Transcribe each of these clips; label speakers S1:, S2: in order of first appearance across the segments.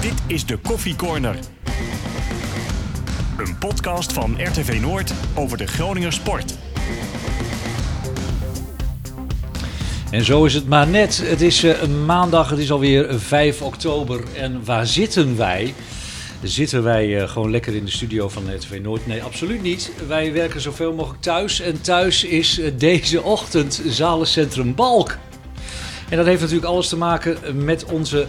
S1: Dit is de Koffie Corner. Een podcast van RTV Noord over de Groninger sport.
S2: En zo is het maar net. Het is eh, een maandag, het is alweer 5 oktober. En waar zitten wij? Zitten wij eh, gewoon lekker in de studio van RTV Noord? Nee, absoluut niet. Wij werken zoveel mogelijk thuis. En thuis is eh, deze ochtend Zalencentrum Balk. En dat heeft natuurlijk alles te maken met onze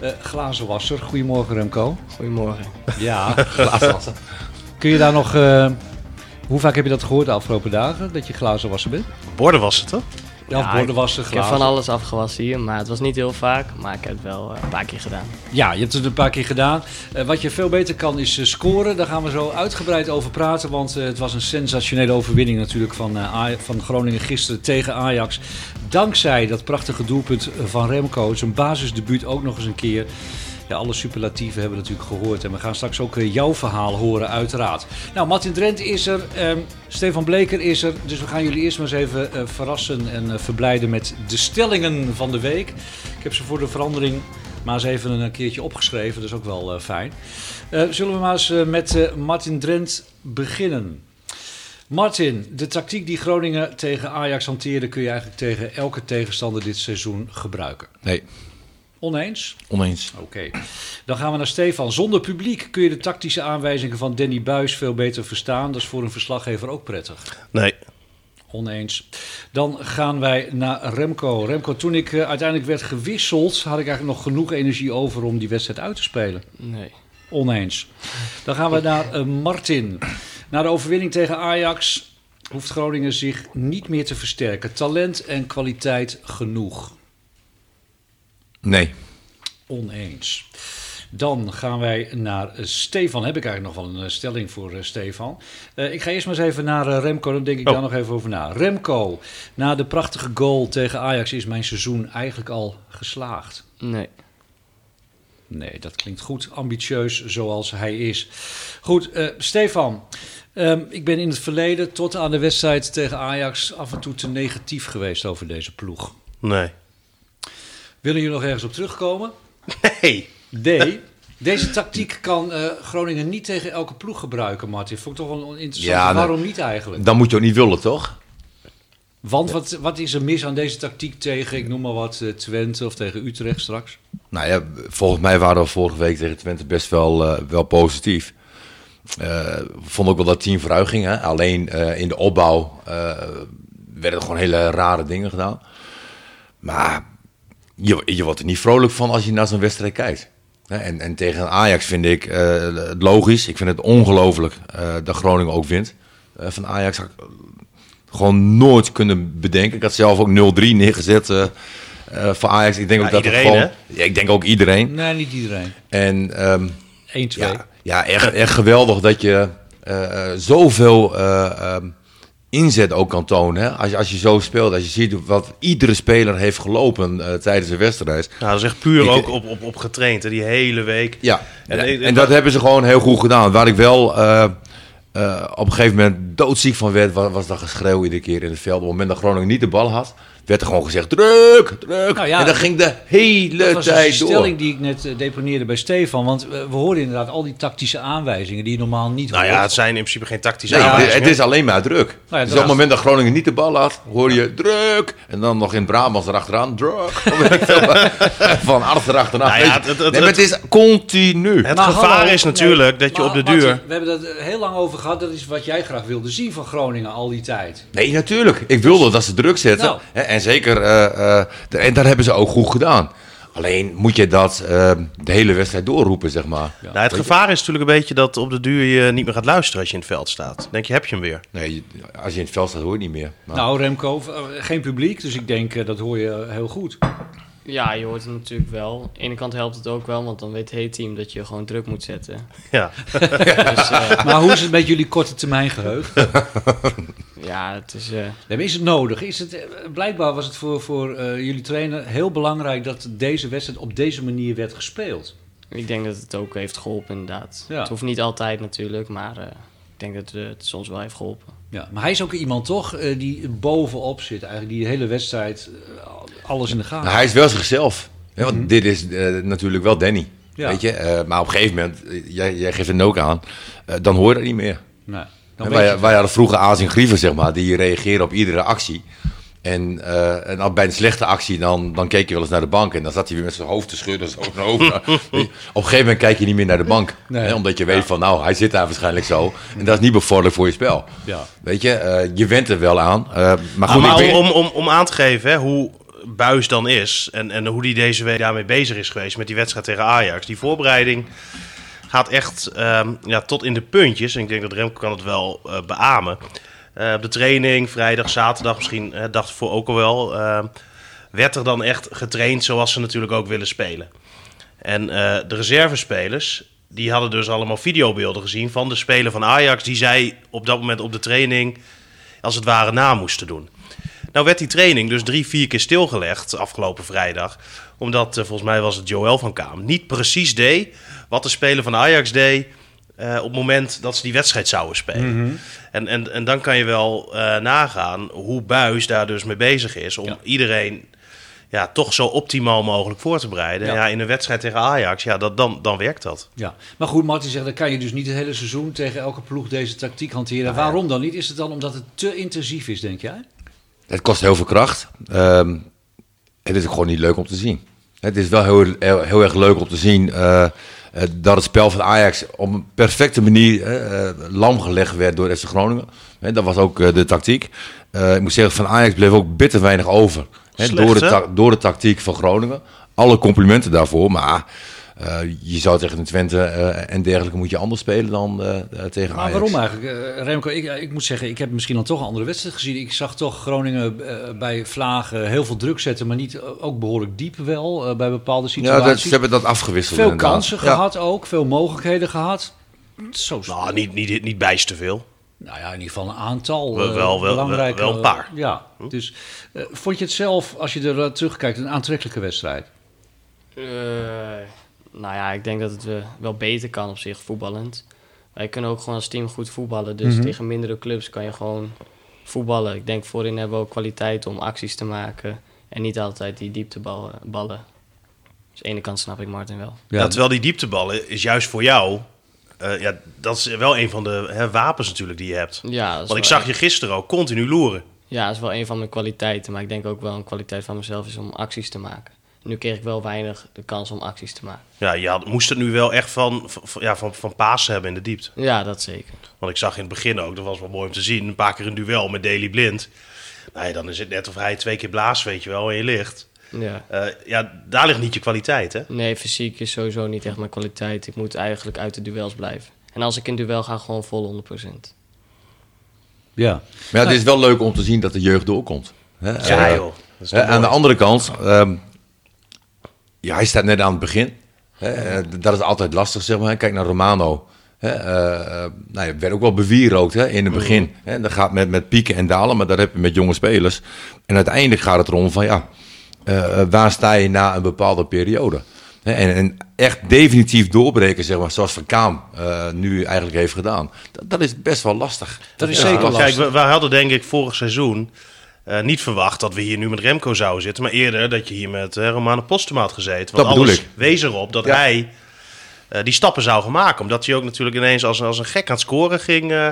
S2: eh glazenwasser. Goedemorgen Remco.
S3: Goedemorgen.
S2: Ja, glazenwasser. Kun je daar nog... eh, hoe vaak heb je dat gehoord de afgelopen dagen? Dat je glazenwasser bent?
S4: Borden was het, toch?
S2: Ja,
S3: Ja,
S2: of bordenwasser,
S3: Ik
S2: glazen.
S3: heb van alles afgewassen hier, maar het was niet heel vaak. Maar ik heb het wel eh, een paar keer gedaan.
S2: Ja, je hebt het een paar keer gedaan. Eh, wat je veel beter kan is eh, scoren. Daar gaan we zo uitgebreid over praten. Want eh, het was een sensationele overwinning natuurlijk van, eh, Aj- van Groningen gisteren tegen Ajax. Dankzij dat prachtige doelpunt eh, van Remco. Zijn basisdebuut ook nog eens een keer. Ja, alle superlatieven hebben we natuurlijk gehoord. En we gaan straks ook eh, jouw verhaal horen, uiteraard. Nou, Martin Drent is er. ehm, Stefan Bleker is er. Dus we gaan jullie eerst maar eens even eh, verrassen en eh, verblijden met de stellingen van de week. Ik heb ze voor de verandering maar eens even een keertje opgeschreven. Dat is ook wel eh, fijn. Eh, zullen we maar eens eh, met eh, Martin Drent beginnen? Martin, de tactiek die Groningen tegen Ajax hanteerde... kun je eigenlijk tegen elke tegenstander dit seizoen gebruiken.
S4: Nee,
S2: Oneens?
S4: oneens.
S2: Oké, dan gaan we naar Stefan. Zonder publiek kun je de tactische aanwijzingen van Danny Buis veel beter verstaan. Dat is voor een verslaggever ook prettig.
S4: Nee,
S2: Oneens. Dan gaan wij naar Remco. Remco, toen ik eh, uiteindelijk werd gewisseld, had ik eigenlijk nog genoeg energie over om die wedstrijd uit te spelen.
S3: Nee.
S2: Oneens. Dan gaan we naar eh, Martin. Na de overwinning tegen Ajax hoeft Groningen zich niet meer te versterken. Talent en kwaliteit genoeg.
S4: nee,
S2: Oneens. Dan gaan wij naar eh, Stefan. Heb ik eigenlijk nog wel een eh, stelling voor eh, Stefan? Eh, ik ga eerst maar eens even naar eh, Remco. Dan denk ik
S4: Oh.
S2: daar nog even over na. Remco, na de prachtige goal tegen Ajax is mijn seizoen eigenlijk al geslaagd.
S3: Nee.
S2: Nee, dat klinkt goed. Ambitieus zoals hij is. Goed, eh, Stefan. ehm, ik ben in het verleden tot aan de wedstrijd tegen Ajax af en toe te negatief geweest over deze ploeg.
S5: Nee.
S2: Willen jullie nog ergens op terugkomen?
S5: Hey.
S2: D. Deze tactiek kan eh, Groningen niet tegen elke ploeg gebruiken, Martin. Vond ik toch wel interessant.
S4: Ja, nou,
S2: Waarom niet eigenlijk?
S4: dan moet je ook niet willen, toch?
S2: Want wat, wat is er mis aan deze tactiek tegen, ik noem maar wat, eh, Twente of tegen Utrecht straks?
S4: Nou ja, volgens mij waren we vorige week tegen Twente best wel, eh, wel positief. Eh vond ook wel dat team vooruit ging. Hè? Alleen eh, in de opbouw eh, werden gewoon hele rare dingen gedaan. Maar je, je wordt er niet vrolijk van als je naar zo'n wedstrijd kijkt. Hè, En, en tegen Ajax vind ik eh, het logisch. Ik vind het ongelooflijk eh, dat Groningen ook wint. Eh, van Ajax had ik eh, gewoon nooit kunnen bedenken. Ik had zelf ook 0-3 neergezet eh, eh, voor Ajax. Ik denk
S5: Ja,
S4: ook dat het
S5: iedereen,
S4: gewoon, ja, ik denk ook iedereen.
S2: Nee, niet iedereen.
S4: En ehm,
S2: 1, 2.
S4: ja, ja echt, echt geweldig dat je eh, eh, zoveel eh, ehm, inzet ook kan tonen. Hè? Als, je, als je zo speelt, als je ziet wat iedere speler heeft gelopen eh, tijdens de wedstrijd.
S5: Nou, dat is echt puur
S4: Ik-
S5: ook op, op, op getraind, hè, die hele week.
S4: Ja,
S5: En-
S4: en,
S5: en-
S4: en, dat hebben ze gewoon heel goed gedaan. Waar ik wel eh, eh, op een gegeven moment doodziek van werd, was, was dat geschreeuw iedere keer in het veld. Op het moment dat Groningen niet de bal had, werd er gewoon gezegd, druk, druk.
S2: Nou ja,
S4: en dat ging de hele
S2: Dat was dus die
S4: tijd door.
S2: stelling die ik net eh, deponeerde bij Stefan. Want eh, we hoorden inderdaad al die tactische aanwijzingen die je normaal niet
S5: Nou ja,
S2: hoort.
S5: het zijn in principe geen tactische
S4: Nee, het,
S5: aanwijzingen.
S4: het is alleen maar druk.
S5: Nou
S2: ja,
S4: dus op
S2: inderdaad.
S4: het moment dat Groningen niet de bal had, hoor je druk. En dan nog in Brabants erachteraan, druk. Van achterachteraan.
S5: Nou ja,
S4: weet je.
S5: het- het-
S4: nee,
S5: het-
S4: maar het is continu.
S5: Het
S2: Maar
S5: gevaar
S2: hallo,
S5: is natuurlijk
S2: nee,
S5: dat je
S2: maar
S5: op de
S2: Martin,
S5: duur...
S2: we hebben dat eh, heel lang over gehad. Dat is wat jij graag wilde zien van Groningen al die tijd.
S4: Nee, natuurlijk. Ik wilde dat ze druk zetten.
S2: Nou.
S4: Hè, En zeker, eh, eh, de- en daar hebben ze ook goed gedaan. Alleen moet je dat eh, de hele wedstrijd doorroepen, zeg maar.
S5: Nou, het gevaar is natuurlijk een beetje dat op de duur je niet meer gaat luisteren als je in het veld staat. Denk je, heb je hem weer?
S4: Nee, je- als je in het veld staat, hoor je het niet meer. Maar-
S2: Nou, Remco, v- eh, geen publiek, dus ik denk eh, dat hoor je eh, heel goed.
S3: Ja, je hoort het natuurlijk wel. Aan de ene kant helpt het ook wel, want dan weet het hele team dat je gewoon druk moet zetten.
S5: Ja.
S3: Dus eh,
S2: Maar hoe is het met jullie korte termijn geheugen?
S3: ja, het is... eh,
S2: Nee, maar Is het nodig? Is het, eh, blijkbaar was het voor, voor eh, jullie trainer heel belangrijk dat deze wedstrijd op deze manier werd gespeeld.
S3: ik denk dat het ook heeft geholpen, inderdaad.
S2: Ja.
S3: Het hoeft niet altijd natuurlijk, maar eh, ik denk dat eh, het soms wel heeft geholpen.
S2: Ja, maar hij is ook iemand toch eh, die bovenop zit, eigenlijk die de hele wedstrijd eh, alles in de gaten.
S4: Nou, hij is wel zichzelf. Ja, want dit is eh, natuurlijk wel Danny.
S2: Mhm. Ja.
S4: Weet je? Eh, maar op een gegeven moment, eh, jij, jij geeft het ook aan, eh, dan hoor je dat niet meer.
S2: Nee. Nou, Dan
S4: En
S2: weet
S4: wij,
S2: je-
S4: wij hadden vroeger Azien Grieven, zeg maar, die reageren op iedere actie. En, eh, en als bij een slechte actie, dan, dan keek je wel eens naar de bank. En dan zat hij weer met zijn hoofd te schudden, zo naar over. Weet je, op een gegeven moment kijk je niet meer naar de bank.
S2: Nee.
S4: Hè, omdat je weet van, nou, hij zit daar waarschijnlijk zo. En dat is niet bevorderlijk voor je spel.
S2: Ja. Ah,
S4: Weet je, eh, je went er wel aan. eh, maar goed,
S5: maar
S4: ik weet-
S5: om, om, om aan te geven hè, hoe Buis dan is en, en hoe die deze week daarmee bezig is geweest met die wedstrijd tegen Ajax. Die voorbereiding gaat echt ehm, ja, tot in de puntjes. En ik denk dat Remco kan het wel eh, beamen. Eh, op de training, vrijdag, zaterdag misschien, eh, dacht voor ook al wel... ehm, werd er dan echt getraind zoals ze natuurlijk ook willen spelen. En eh, de reservespelers, die hadden dus allemaal videobeelden gezien van de speler van Ajax... die zij op dat moment op de training als het ware na moesten doen. Nou werd die training dus drie, vier keer stilgelegd afgelopen vrijdag. Omdat, eh, volgens mij was het Joël van Kaam, niet precies deed wat de speler van Ajax deed... eh, op het moment dat ze die wedstrijd zouden spelen. en, en, en dan kan je wel eh, nagaan hoe Buis daar dus mee bezig is. Om
S2: Ja.
S5: iedereen ja, toch zo optimaal mogelijk voor te bereiden.
S2: Ja.
S5: Ja. in een wedstrijd tegen Ajax, ja, dat, dan, dan werkt dat.
S2: Ja, maar goed, Martin zegt, dan kan je dus niet het hele seizoen tegen elke ploeg deze tactiek hanteren.
S4: Nou
S2: Waarom dan niet? Is het dan omdat het te intensief is, denk jij?
S4: Het kost heel veel kracht. Ehm, het is ook gewoon niet leuk om te zien. Het is wel heel, heel, heel erg leuk om te zien eh, eh, dat het spel van Ajax op een perfecte manier eh, eh, lam gelegd werd door FC Groningen. Hè, dat was ook eh, de tactiek. Eh, ik moet zeggen, van Ajax bleef ook bitter weinig over. Hè,
S5: Slecht,
S4: door, de
S5: hè?
S4: ta- door de tactiek van Groningen. Alle complimenten daarvoor, maar eh, je zou tegen een Twente eh, en dergelijke moet je anders spelen dan eh, eh, tegen
S2: Maar
S4: Ajax.
S2: waarom eigenlijk? Eh, Remco, ik, ik moet zeggen, ik heb misschien dan toch een andere wedstrijd gezien. Ik zag toch Groningen eh, bij Vlagen heel veel druk zetten, maar niet, eh, ook behoorlijk diep wel eh, bij bepaalde
S4: Ja,
S2: situaties.
S4: dat, ze hebben dat afgewisseld.
S2: veel
S4: inderdaad.
S2: kansen
S4: Ja.
S2: gehad ook, veel mogelijkheden gehad. Zo is-
S5: Nou, niet, niet, niet bijst te veel.
S2: Nou ja, in ieder geval een aantal
S5: Wel-
S2: eh,
S5: wel- wel-
S2: belangrijke...
S5: wel een paar. Hm?
S2: Ja, dus eh, vond je het zelf, als je er eh, terugkijkt, een aantrekkelijke wedstrijd?
S3: Eh, nou ja, ik denk dat het eh, wel beter kan op zich voetballend. Wij kunnen ook gewoon als team goed voetballen. Dus tegen mindere clubs kan je gewoon voetballen. Ik denk voorin hebben we ook kwaliteit om acties te maken. En niet altijd die diepteballen. ballen. Dus aan de ene kant snap ik Martin wel.
S5: Ja, terwijl die diepteballen is juist voor jou. eh, ja, dat is wel een van de hè, wapens natuurlijk die je hebt.
S3: Ja, dat is
S5: Want ik
S3: wel
S5: zag
S3: een-
S5: je gisteren ook continu loeren.
S3: Ja, dat is wel een van mijn kwaliteiten. Maar ik denk ook wel een kwaliteit van mezelf is om acties te maken. Nu kreeg ik wel weinig de kans om acties te maken.
S5: Ja, je had, moest het nu wel echt van, van, ja, van, van Pasen hebben in de diepte.
S3: Ja, dat zeker.
S5: Want ik zag in het begin ook, dat was wel mooi om te zien, een paar keer een duel met Daily Blind. Nou ja, dan is het net of hij twee keer blaast, weet je wel, en je ligt.
S3: Ja.
S5: Eh, ja, daar ligt niet je kwaliteit, hè?
S3: Nee, fysiek is sowieso niet echt mijn kwaliteit. Ik moet eigenlijk uit de duels blijven. En als ik in duel ga, gewoon vol 100%.
S2: Ja.
S4: Maar ja, het is wel leuk om te zien dat de jeugd doorkomt. Hè?
S5: Ja,
S4: Eh,
S5: joh. Dat is toch
S4: hè, aan de
S5: mooi.
S4: andere kant, ehm, ja, hij staat net aan het begin. Hè? eh, dat is altijd lastig, zeg maar. Kijk naar Romano. Hè? eh, eh, nou, ja, werd ook wel bewierookt hè,
S2: Mm.
S4: in het begin. Hè? Dat gaat met, met pieken en dalen, maar dat heb je met jonge spelers. En uiteindelijk gaat het erom van, ja, eh, waar sta je na een bepaalde periode? Hè, En, en echt definitief doorbreken, zeg maar, zoals Van Kaam eh, nu eigenlijk heeft gedaan. Dat, dat is best wel lastig.
S2: Dat is
S4: Ja.
S2: zeker lastig.
S5: Kijk, we, we hadden denk ik vorig seizoen eh, niet verwacht dat we hier nu met Remco zouden zitten. Maar eerder dat je hier met eh, Romano Postema had gezeten. Want
S4: Dat bedoel
S5: alles
S4: ik.
S5: wees erop dat
S4: Ja.
S5: hij eh, die stappen zou gaan maken. Omdat hij ook natuurlijk ineens als, als een gek aan het scoren ging. eh,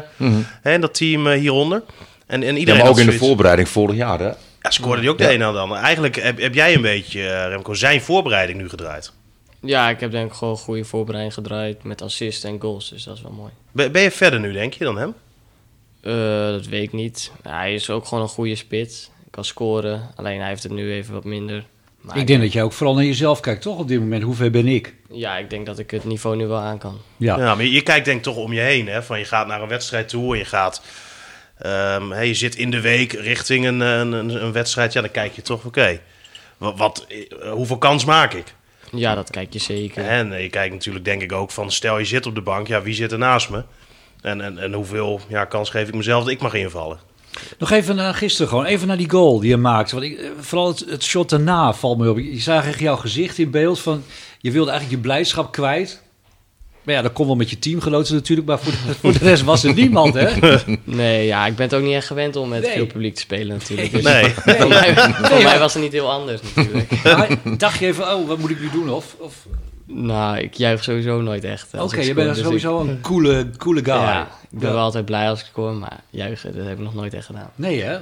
S5: hè, in dat team eh, hieronder. En, en
S4: Mhm. Ja,
S5: iedereen
S4: maar ook
S5: had
S4: in de
S5: zoiets-
S4: voorbereiding vorig jaar, hè?
S5: Ja, scoorde hij ook
S4: Ja.
S5: de een aan de ander. Eigenlijk heb, heb jij een beetje, eh, Remco, zijn voorbereiding nu gedraaid.
S3: Ja, ik heb denk ik gewoon goede voorbereiding gedraaid met assists en goals. Dus dat is wel mooi.
S5: Ben, ben je verder nu, denk je, dan hem?
S3: Eh, dat weet ik niet. Hij is ook gewoon een goede spits. Kan scoren. Alleen hij heeft het nu even wat minder. Maar
S2: ik denk dat jij ook vooral naar jezelf kijkt, toch? Op dit moment, hoe ver ben ik?
S3: Ja, ik denk dat ik het niveau nu wel aan kan.
S2: Ja.
S5: Ja, maar je kijkt denk ik toch om je heen. Hè? Van je gaat naar een wedstrijd toe en je gaat. ehm, hè, je zit in de week richting een, een, een, een wedstrijd. Ja, dan kijk je toch, oké. wat, wat, eh, hoeveel kans maak ik?
S3: Ja, dat kijk je zeker.
S5: En eh, je kijkt natuurlijk denk ik ook van, stel je zit op de bank, ja, wie zit er naast me? En, en, en hoeveel ja, kans geef ik mezelf dat ik mag invallen?
S2: Nog even naar gisteren gewoon. Even naar die goal die je maakte. Want ik, eh, vooral het, het shot daarna valt me op. Je zag echt jouw gezicht in beeld van... Je wilde eigenlijk je blijdschap kwijt. Maar ja, dat kon wel met je teamgenoten natuurlijk, maar voor de, voor de rest was er niemand, hè?
S3: Nee, ja, ik ben het ook niet echt gewend om met
S2: Nee.
S3: veel publiek te spelen natuurlijk. Dus
S5: Nee.
S3: Voor, mij, voor
S2: Nee,
S3: mij
S2: ja.
S3: was het niet heel anders natuurlijk.
S2: Maar dacht je even, oh, wat moet ik nu doen? Of, of
S3: nou, ik juich sowieso nooit echt.
S2: oké,
S3: als ik
S2: je
S3: scoor,
S2: bent
S3: dus
S2: sowieso een coole, coole
S3: ik-
S2: guy.
S3: ja, ik ben
S2: Ja.
S3: wel altijd blij als ik scoor, maar juichen, dat heb ik nog nooit echt gedaan.
S2: Nee, hè?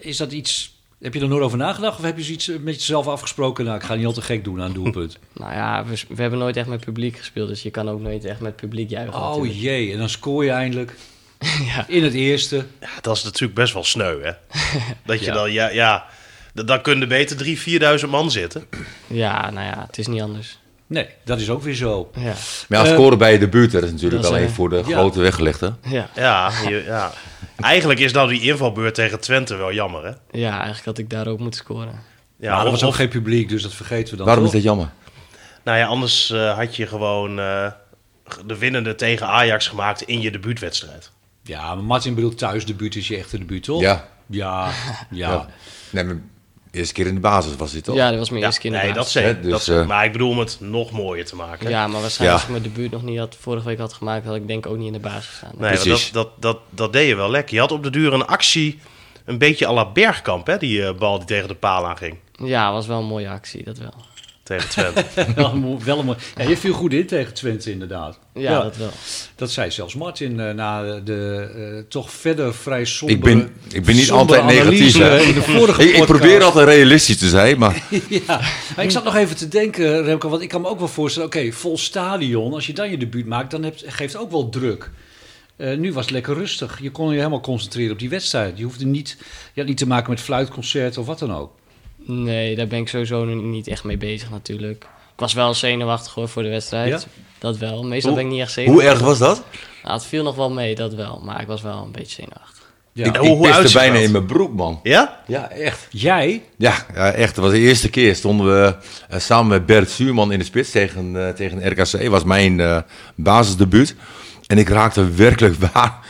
S2: Is dat iets... Heb je er nooit over nagedacht? Of heb je zoiets eh, met jezelf afgesproken? Nou, ik ga niet al te gek doen aan het doelpunt.
S3: Nou ja, we, we hebben nooit echt met publiek gespeeld, dus je kan ook nooit echt met publiek juichen.
S2: Oh
S3: natuurlijk.
S2: jee, en dan scoor je eindelijk.
S3: Ja.
S2: In het eerste.
S5: Ja, dat is natuurlijk best wel sneu, hè? Dat je
S2: Ja.
S5: dan, ja, ja, d- dan kunnen er beter drie, vierduizend man zitten.
S3: ja, nou ja, het is niet anders.
S2: Nee, dat is ook weer zo.
S3: Ja,
S4: Maar ja,
S2: Eh,
S4: scoren bij de buurt, dat is natuurlijk
S3: dat is,
S4: wel even
S3: eh,
S4: voor de
S2: ja.
S4: grote weggelegd, hè?
S3: ja.
S5: Ja, je- ja. Eigenlijk is nou die invalbeurt tegen Twente wel jammer, hè?
S3: ja eigenlijk had ik daar ook moeten scoren.
S4: Nou,
S5: Ja,
S2: maar Nou, er
S5: of-
S2: was ook
S5: of-
S2: geen publiek, dus dat vergeten we dan
S4: Waarom is
S2: toch?
S4: dat jammer?
S5: Nou ja, anders eh, had je gewoon eh, de winnende tegen Ajax gemaakt in je debuutwedstrijd.
S2: Ja, maar Martin bedoelt thuis debuut is je echte debuut, toch?
S4: Ja.
S2: Ja, ja.
S4: Ja. Nee, maar eerste keer in de basis was dit toch?
S3: Ja, dat was mijn
S5: Ja,
S3: eerste keer in de
S5: nee, dat
S3: basis.
S5: zeker.
S4: Hè, dus,
S5: dat zeker.
S4: eh,
S5: maar ik bedoel om het nog mooier te maken.
S3: Ja, maar waarschijnlijk
S4: Ja.
S3: als ik mijn debuut nog niet had, vorige week had gemaakt, had ik denk ook niet in de basis gestaan.
S5: nee, maar dat,
S4: precies.
S5: dat, dat, dat deed je wel lekker. Je had op de duur een actie, een beetje à la Bergkamp, hè? Die eh, bal die tegen de paal aanging.
S3: Ja, was wel een mooie actie, dat wel.
S5: Tegen Twente.
S2: wel, een moe- wel een mooi. Ja, je viel goed in tegen Twente, inderdaad.
S3: Ja, dat wel.
S2: Dat zei zelfs Martin eh, na de eh, toch verder vrij sombere...
S4: Ik ben, ik ben niet
S2: sombere
S4: altijd negatief.
S2: analyse
S4: hè.
S2: in de vorige
S4: ik, ik probeer
S2: podcast.
S4: altijd realistisch te zijn, maar
S2: Ja, maar ik zat nog even te denken, Remco, want ik kan me ook wel voorstellen... oké, vol stadion, als je dan je debuut maakt, dan hebt, geeft het ook wel druk. Eh, nu was het lekker rustig. Je kon je helemaal concentreren op die wedstrijd. Je hoefde niet, je had niet te maken met fluitconcerten of wat dan ook.
S3: Nee, daar ben ik sowieso nu niet echt mee bezig natuurlijk. Ik was wel zenuwachtig hoor voor de wedstrijd.
S2: Ja?
S3: Dat wel. Meestal ben ik niet echt
S4: hoe
S3: zenuwachtig.
S4: erg was dat?
S3: Nou, het viel nog wel mee, dat wel. Maar ik was wel een beetje zenuwachtig.
S2: Ja.
S4: Ik,
S5: hoe-
S4: ik
S5: hoe
S4: piste
S5: uitziet
S4: bijna
S5: dat?
S4: in mijn broek, man.
S5: ja?
S4: Ja, echt.
S2: Jij?
S4: Ja, ja, echt. Dat was de eerste keer. Stonden we eh, samen met Bert Zuurman in de spits tegen, eh, tegen RKC. was mijn eh, basisdebuut. En ik raakte werkelijk waar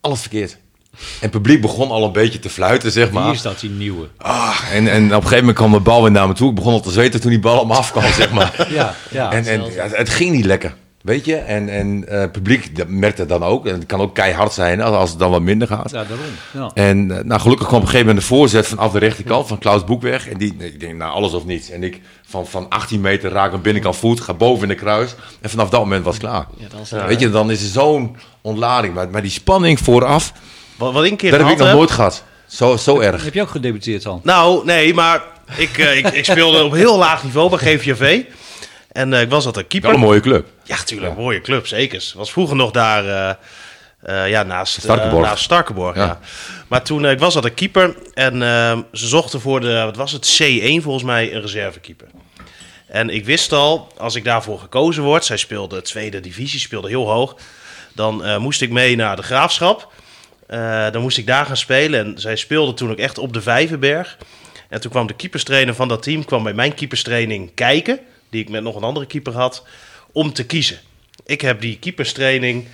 S4: alles verkeerd. En het publiek begon al een beetje te fluiten, zeg maar.
S2: Wie is dat, die nieuwe?
S4: Ah, en, en op een gegeven moment kwam de bal weer naar me toe. Ik begon al te zweten toen die bal op me afkwam, zeg maar.
S2: Ja, ja.
S4: en en ja, het ging niet lekker, weet je. En, en eh, het publiek dat merkte dat dan ook. En het kan ook keihard zijn als, als het dan wat minder gaat.
S2: ja, daarom. Ja.
S4: En eh, nou, gelukkig kwam op een gegeven moment de voorzet vanaf de rechterkant van Klaus Boekweg. En die, nee, ik denk, nou, alles of niets. En ik van, van 18 meter raak een binnenkant voet, ga boven in de kruis. En vanaf dat moment was het klaar.
S3: Ja, dan is het-
S4: Ja, Weet je, dan is er zo'n ontlading. Maar, maar die spanning vooraf,
S5: Wat, wat ik een keer
S4: dat heb ik
S5: gehad
S4: nog
S5: heb-
S4: nooit gehad. Zo, zo erg.
S2: Heb je ook gedebuteerd dan?
S5: Nou, nee, maar ik, eh, ik, ik speelde op heel laag niveau bij GVV. En eh, ik was altijd
S4: Wel een
S5: keeper.
S4: mooie club.
S5: Ja, tuurlijk. Mooie club, zeker. Was vroeger nog daar eh, eh, ja, naast
S4: Starkenborg.
S5: eh, naast Starkenborg ja.
S4: Ja.
S5: Maar toen, eh, ik was altijd keeper. En eh, ze zochten voor de, wat was het, C1 volgens mij, een reservekeeper. En ik wist al, als ik daarvoor gekozen word... Zij speelde tweede divisie, speelde heel hoog. Dan eh, moest ik mee naar de Graafschap. Eh, dan moest ik daar gaan spelen. En zij speelde toen ook echt op de Vijverberg. En toen kwam de keeperstrainer van dat team kwam bij mijn keeperstraining kijken. Die ik met nog een andere keeper had. Om te kiezen. Ik heb die keeperstraining.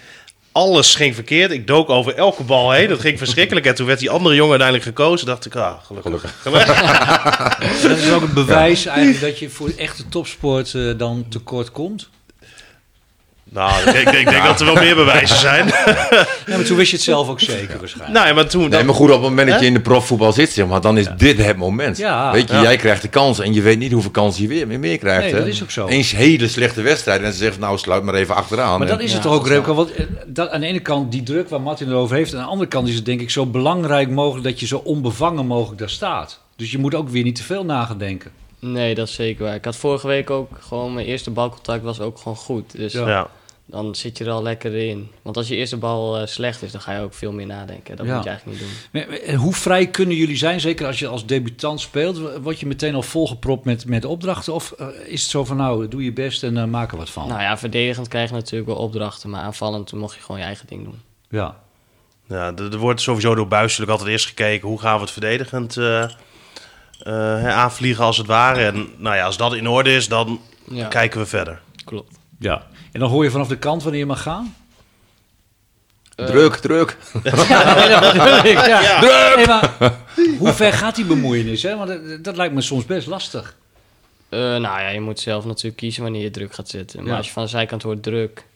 S5: Alles ging verkeerd. Ik dook over elke bal heen. Dat ging verschrikkelijk. En toen werd die andere jongen uiteindelijk gekozen. Dacht ik, ah, gelukkig. Gelukkig.
S2: Dat is ook een bewijs eigenlijk dat je voor echte topsport eh, dan tekort komt.
S5: nou, ik, denk- ik denk dat er wel meer bewijzen zijn.
S2: Ja, maar toen wist je het zelf ook zeker waarschijnlijk.
S5: nou ja, maar toen...
S4: Nee, maar goed, op het moment dat
S5: Hè?
S4: je in de profvoetbal zit, zeg maar, dan is dit het moment.
S2: Ja.
S4: weet je,
S5: Ja.
S4: jij krijgt de kans en je weet niet hoeveel kans je weer, meer krijgt.
S2: Nee,
S4: hè?
S2: dat is ook zo.
S4: Eens hele slechte wedstrijd en ze zegt, nou, sluit maar even achteraan.
S2: Maar
S4: En-
S2: dat is het
S3: Ja,
S2: toch ook,
S3: dat is
S2: Remco? Want eh, dat, aan de ene kant die druk waar Martin het over heeft. Aan de andere kant is het denk ik zo belangrijk mogelijk dat je zo onbevangen mogelijk daar staat. Dus je moet ook weer niet te veel na gaan denken.
S3: Nee, dat is zeker waar. Ik had vorige week ook gewoon mijn eerste balcontact was ook gewoon goed. Dus
S2: Ja.
S5: Ja.
S3: dan zit je er al lekker in. Want als je eerste bal eh, slecht is, dan ga je ook veel meer nadenken. Dat
S2: Ja.
S3: moet je eigenlijk niet doen.
S2: Maar, maar, eh, Hoe vrij kunnen jullie zijn? Zeker als je als debutant speelt. W- Word je meteen al volgepropt met, met opdrachten? Of eh, is het zo van nou, doe je best en eh, maak er wat van?
S3: Nou ja, verdedigend krijg je natuurlijk wel opdrachten, maar aanvallend mocht je gewoon je eigen ding doen.
S2: Ja.
S5: Ja, er er wordt sowieso door Buis natuurlijk altijd eerst gekeken hoe gaan we het verdedigend eh, eh, hè, aanvliegen als het ware. En nou ja, als dat in orde is, dan
S3: Ja,
S5: kijken we verder.
S3: klopt.
S2: ja. En dan hoor je vanaf de kant wanneer je mag gaan?
S4: Druk, druk.
S2: Ja, dat bedoel ik, ja. eh, Nee, maar hoe ver gaat die bemoeienis? Hè? Want dat, dat lijkt me soms best lastig.
S3: Eh, nou ja, je moet zelf natuurlijk kiezen wanneer je druk gaat zitten. Maar
S2: Ja.
S3: als je van de zijkant hoort druk,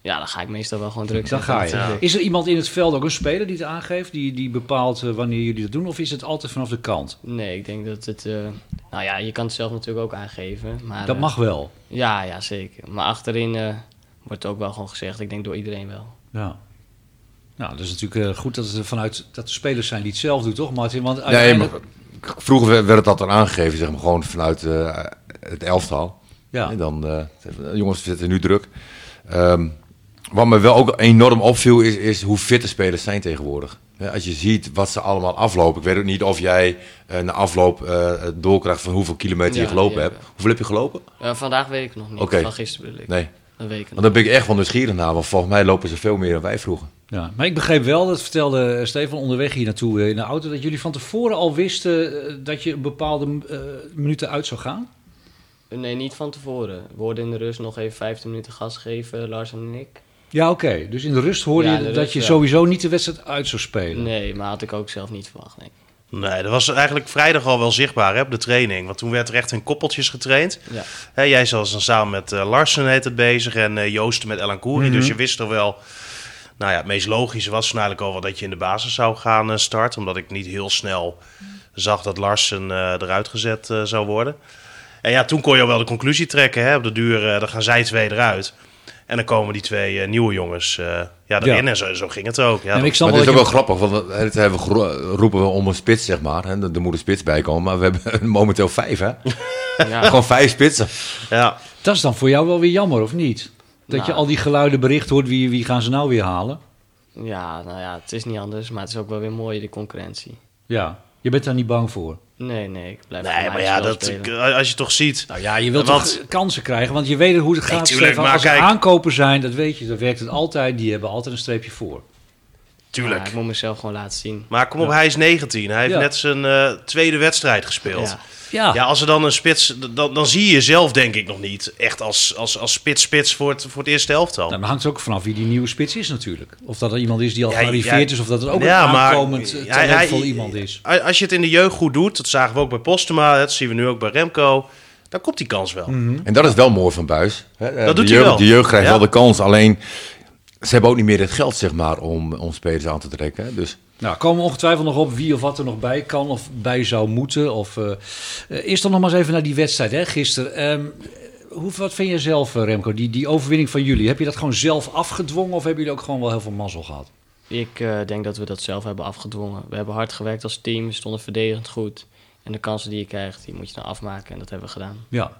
S3: ja, dan ga ik meestal wel gewoon druk
S2: Dan
S3: zitten.
S2: ga je.
S5: Ja.
S2: Is er iemand in het veld, ook een speler die het aangeeft, die, die bepaalt eh, wanneer jullie dat doen? Of is het altijd vanaf de kant?
S3: Nee, ik denk dat het... eh, nou ja, je kan het zelf natuurlijk ook aangeven. Maar,
S2: Dat
S3: eh,
S2: mag wel.
S3: Ja, ja, zeker. Maar achterin eh, wordt ook wel gewoon gezegd. Ik denk door iedereen wel.
S2: Ja. Nou, dat is natuurlijk eh, goed dat, het er vanuit, dat de spelers zijn die het zelf doen, toch Martin? Want
S4: Nee, maar
S2: uiteindelijk-
S4: vroeger werd werd dat dan aangegeven, zeg maar, gewoon vanuit eh, het elftal.
S2: Ja.
S4: En dan, eh, jongens, we zitten nu druk. Ehm, wat me wel ook enorm opviel, is, is hoe fit de spelers zijn tegenwoordig. Ja, als je ziet wat ze allemaal aflopen. Ik weet ook niet of jij eh, na afloop eh doorkrijgt van hoeveel kilometer je
S3: Ja,
S4: gelopen
S3: ja,
S4: hebt.
S3: ja.
S4: Hoeveel heb je gelopen?
S3: Eh, vandaag weet ik nog niet.
S4: Oké.
S3: Van gisteren bedoel ik.
S4: Nee.
S3: Dat weet ik nog.
S4: Want daar ben ik echt wel nieuwsgierig naar. Want volgens mij lopen ze veel meer dan wij vroeger.
S2: Ja, maar ik begreep wel, dat vertelde eh, Stefan onderweg hier naartoe eh, in de auto, dat jullie van tevoren al wisten eh, dat je een bepaalde eh, minuten uit zou gaan.
S3: Nee, niet van tevoren. We hoorden in de rust nog even 15 minuten gas geven, Lars en ik.
S2: Ja, oké. Dus in de rust hoorde
S3: Ja,
S2: je
S3: in de
S2: dat
S3: rust
S2: je
S3: wel.
S2: sowieso niet de wedstrijd uit zou spelen.
S3: Nee, maar had ik ook zelf niet verwacht. Nee.
S5: Nee, dat was eigenlijk vrijdag al wel zichtbaar hè, op de training. Want toen werd er echt in koppeltjes getraind.
S3: Ja.
S5: Hè, jij was dan samen met eh, Larsen heet het bezig en eh, Joost met Elan Koeri.
S2: Mhm.
S5: Dus je wist er wel... Nou ja, het meest logische was toen eigenlijk al wel dat je in de basis zou gaan eh, starten. Omdat ik niet heel snel zag dat Larsen eh, eruit gezet eh, zou worden. En ja, toen kon je al wel de conclusie trekken. Hè? Op de duur, eh, dan gaan zij twee eruit. En dan komen die twee eh, nieuwe jongens eh, ja, erin.
S2: Ja.
S5: En zo, zo ging het ook. Ja,
S2: En ik snap
S4: Maar
S2: wel
S4: het is
S2: dat
S4: ook
S2: je-
S4: wel grappig, want het hebben we gero- roepen we om een spits, zeg maar. hè. Er er moet een spits bij komen, maar we hebben momenteel vijf, hè?
S3: Ja.
S4: Gewoon vijf spitsen.
S5: ja.
S2: Dat is dan voor jou wel weer jammer, of niet? Dat je
S3: Nou.
S2: al die geluiden bericht hoort, wie, wie gaan ze nou weer halen?
S3: ja, nou ja, het is niet anders. Maar het is ook wel weer mooi, de concurrentie.
S2: Ja, je bent daar niet bang voor.
S3: Nee, nee, ik blijf
S5: Nee,
S3: gewoon
S5: maar
S3: mijn
S5: ja,
S3: spel
S5: dat, eh,
S3: spelen.
S5: als je toch ziet...
S2: Nou ja, je wilt
S5: Want-
S2: toch kansen krijgen, want je weet hoe het gaat.
S5: tuurlijk,
S2: Stefan.
S5: maar
S2: Als er
S5: kijk-
S2: aankopen zijn, dat weet je, dat werkt het altijd. Die hebben altijd een streepje voor.
S5: Tuurlijk.
S3: Ja, ik moet mezelf gewoon laten zien.
S5: Maar kom op, hij is 19. Hij heeft
S2: Ja.
S5: net zijn eh, tweede wedstrijd gespeeld.
S3: Ja.
S2: Ja,
S5: Ja, als er dan een spits... d- Dan, dan zie je jezelf denk ik nog niet echt als, als, als spits-spits voor het, voor het eerste helftal.
S2: Nou, dan hangt het ook vanaf wie die nieuwe spits is natuurlijk. Of dat er iemand is die al
S5: Ja,
S2: gearriveerd
S5: ja.
S2: is, of dat het ook
S5: Ja,
S2: een
S5: maar-
S2: aankomend eh,
S5: Ja, hij-
S2: talentvol iemand is.
S5: A- Als je het in de jeugd goed doet, dat zagen we ook bij Postema, dat zien we nu ook bij Remco, dan komt die kans wel.
S2: Mm.
S4: En dat is wel mooi van Buis. hè. de
S5: Mhm. doet hij
S4: jeugd,
S5: wel.
S4: De jeugd krijgt
S5: Ja.
S4: wel de kans, alleen ze hebben ook niet meer het geld, zeg maar, om, om spelers aan te trekken. hè. Dus
S2: Nou, komen we ongetwijfeld nog op wie of wat er nog bij kan of bij zou moeten. Of, eh, eh, eerst dan nog maar eens even naar die wedstrijd hè, gisteren. Ehm, hoe, wat vind je zelf, eh, Remco, die, die overwinning van jullie? Heb je dat gewoon zelf afgedwongen of hebben jullie ook gewoon wel heel veel mazzel gehad?
S3: Ik eh, denk dat we dat zelf hebben afgedwongen. We hebben hard gewerkt als team, we stonden verdedigend goed. En de kansen die je krijgt, die moet je dan afmaken. En dat hebben we gedaan.
S2: Ja,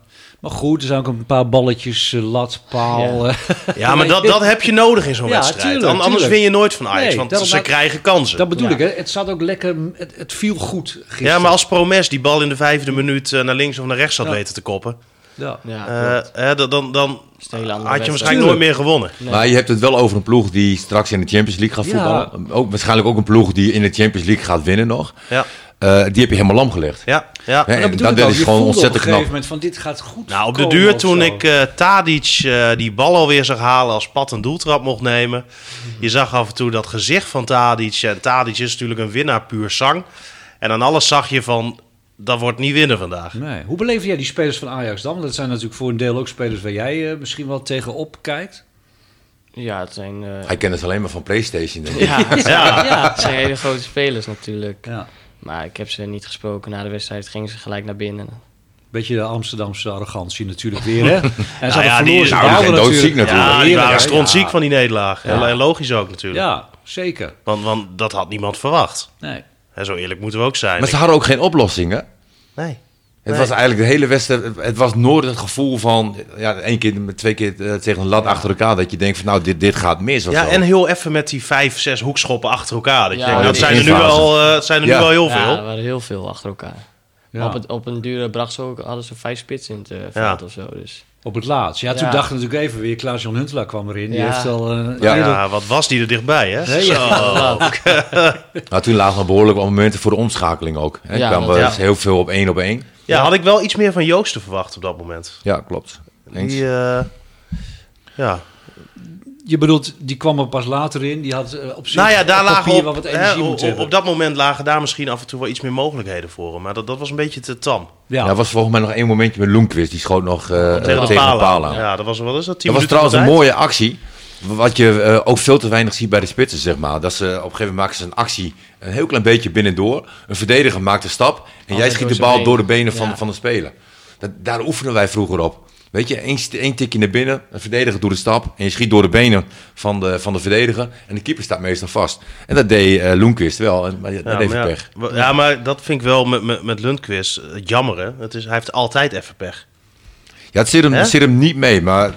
S2: maar goed, er zijn ook een paar balletjes, eh, lat, paal.
S3: Ja.
S2: eh,
S5: Ja, maar dat, dat heb je nodig in zo'n
S2: Ja,
S5: wedstrijd.
S2: tuurlijk,
S5: An- Anders
S2: tuurlijk.
S5: win je nooit van Ajax,
S2: Nee,
S5: want
S2: daarom
S5: ze
S2: dat-
S5: krijgen kansen.
S2: dat bedoel
S3: Ja.
S2: ik, hè? Het zat ook lekker, het, het viel goed gisteren.
S5: ja, maar als Promes die bal in de vijfde minuut eh, naar links of naar rechts had
S2: Ja.
S5: weten te koppen,
S2: Ja.
S3: Ja,
S5: eh,
S3: klopt.
S5: hè, dan, dan, dan
S3: Dat is
S5: had
S3: een hele
S5: je hem
S3: andere
S5: waarschijnlijk
S3: wedstrijd.
S5: nooit meer gewonnen.
S4: Maar je hebt het wel over een ploeg die straks in de Champions League
S2: Ja.
S4: gaat voetballen. Ook, waarschijnlijk ook een ploeg die in de Champions League gaat winnen nog.
S5: Ja,
S4: Eh, die heb je helemaal lam gelegd.
S5: ja,
S4: Hè,
S5: ja.
S2: Maar
S4: en
S2: bedoel ik
S4: dat
S2: al,
S4: is
S2: je
S4: gewoon
S2: voelde
S4: ontzettend
S2: op een gegeven
S4: knap.
S2: moment van dit gaat goed
S5: Nou, op de
S2: komen
S5: duur
S2: of
S5: toen
S2: zo.
S5: ik eh Tadic eh, die bal alweer zag halen als pad een doeltrap mocht nemen. Je zag af en toe dat gezicht van Tadic. En Tadic is natuurlijk een winnaar puur zang. En aan alles zag je van, dat wordt niet winnen vandaag.
S2: Nee. Hoe beleef jij die spelers van Ajax dan? Want dat zijn natuurlijk voor een deel ook spelers waar jij eh, misschien wel tegenop kijkt.
S3: ja het zijn... eh,
S4: Hij kent het alleen maar van PlayStation. denk ik.
S3: ja, het zijn,
S5: Ja.
S3: ja, het zijn hele grote spelers natuurlijk.
S2: Ja.
S3: Maar ik heb ze niet gesproken. Na de wedstrijd gingen ze gelijk naar binnen.
S2: Beetje de Amsterdamse arrogantie natuurlijk weer, hè? En ze hadden
S5: Nou ja, die
S2: verloren,
S5: is
S2: ze
S5: ook
S2: baalden
S4: geen doodziek natuurlijk.
S5: Ja, die
S2: Heerlijk,
S5: waren
S2: hè?
S5: strontziek
S2: Ja.
S5: van die nederlaag. En logisch ook natuurlijk.
S2: Ja, zeker.
S5: Want, want dat had niemand verwacht.
S2: Nee.
S5: En zo eerlijk moeten we ook zijn.
S4: Maar ze
S5: Ik-
S4: hadden ook geen oplossing, hè?
S5: nee.
S4: Het was eigenlijk de hele wedstrijd. Het was nooit het gevoel van. Ja, één keer, met twee keer eh, tegen een lat achter elkaar. Dat je denkt van nou, dit, dit gaat mis. Of
S5: Ja,
S4: zo.
S5: en heel even met die vijf, zes hoekschoppen achter elkaar. Dat, je
S3: Ja,
S5: denkt,
S3: die
S5: dat zijn er nu
S4: infase.
S5: wel, eh, het zijn er
S4: Ja.
S5: nu wel heel
S3: Ja,
S5: veel.
S3: er waren heel veel achter elkaar.
S2: Ja.
S3: Op, het, op een dure bracht ze ook, hadden ze vijf spits in het eh,
S5: Ja.
S3: veld of zo. Dus.
S2: Op het laatst. Ja, toen
S3: Ja.
S2: dacht ik natuurlijk even weer, Klaas-Jan Huntelaar kwam erin. Die
S3: Ja.
S2: heeft al... eh,
S4: Ja.
S5: Ja,
S2: een hele-
S5: wat was die er dichtbij, hè?
S2: Nee, ja.
S4: Nou, toen lagen er behoorlijk wat momenten voor de omschakeling ook. Hè?
S3: Ja,
S4: kwamen
S3: dat-
S4: er
S5: ja.
S4: heel veel op één op één.
S5: Ja, had ik wel iets meer van Joost te verwachten op dat moment.
S4: Ja, klopt. Eens.
S5: Die, eh, ja.
S2: je bedoelt, die kwam er pas later in. Die had eh, op zich
S5: Nou ja, daar
S2: op
S5: lagen
S2: papier
S5: op,
S2: wel wat
S5: hè,
S2: energie
S5: op-
S2: moeten
S5: op,
S2: hebben.
S5: op dat moment lagen daar misschien af en toe wel iets meer mogelijkheden voor hem. Maar dat, dat was een beetje te tam.
S2: ja.
S4: Ja, er was volgens mij nog één momentje met Loenquist. Die schoot nog eh, eh,
S5: Tegen de paal aan.
S4: aan.
S5: Ja, dat was wel eens
S4: Dat
S5: dat 10
S4: was
S5: minuten
S4: trouwens een
S5: tijd.
S4: mooie actie. Wat je eh, ook veel te weinig ziet bij de spitsen, zeg maar. Dat ze op een gegeven moment maken ze een actie een heel klein beetje binnendoor. Een verdediger maakt een stap en jij
S3: door
S4: schiet de
S3: zijn
S4: bal
S3: benen.
S4: door de benen van,
S3: Ja.
S4: van de speler. Dat, daar oefenen wij vroeger op. Weet je, één, st- één tikje naar binnen, een verdediger doet een stap en je schiet door de benen van de, van de verdediger. En de keeper staat meestal vast. En dat deed eh Loenquist wel, en, maar dat
S5: Ja,
S4: deed
S5: maar
S4: hij
S5: ja,
S4: pech.
S5: wa- ja, maar dat vind ik wel met, met, met Lundqvist eh, jammer. Hè? Het is, hij heeft altijd even pech.
S4: Ja, het zit hem,
S5: Hè?
S4: het zit hem niet mee, maar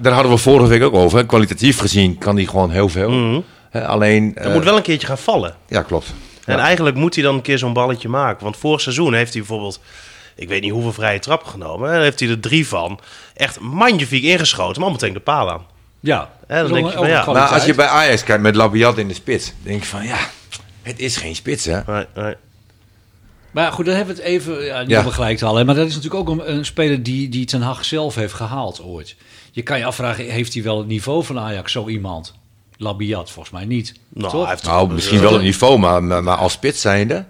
S4: daar hadden we vorige week ook over. hè. Kwalitatief gezien kan hij gewoon heel veel. Hè, alleen...
S5: Er
S4: eh,
S5: Mhm. moet wel een keertje gaan vallen.
S4: Ja, klopt.
S5: En eigenlijk moet hij dan een keer zo'n balletje maken. Want vorig seizoen heeft hij bijvoorbeeld, ik weet niet hoeveel vrije trappen genomen. En daar heeft hij er drie van. Echt magnifiek ingeschoten, maar meteen de paal aan.
S2: ja.
S5: dan
S2: Dus
S5: denk
S2: ook een-
S5: je van,
S2: ook
S5: ja.
S2: een
S5: Maar
S4: Maar
S2: kwaliteit.
S4: als je bij Ajax kijkt met Labiat in de spits, denk je van ja, het is geen spits hè.
S5: Nee, nee.
S2: Maar ja, goed, dan hebben we het even, ja, niet
S4: Ja.
S2: om het gelijk te halen. Maar dat is natuurlijk ook een, een speler die, die Ten Hag zelf heeft gehaald ooit. Je kan je afvragen, heeft hij wel het niveau van Ajax, zo iemand? Labiat, volgens mij niet.
S5: Nou,
S2: toch?
S5: hij heeft-
S4: Nou, misschien wel op niveau, maar, maar, maar als spits zijnde,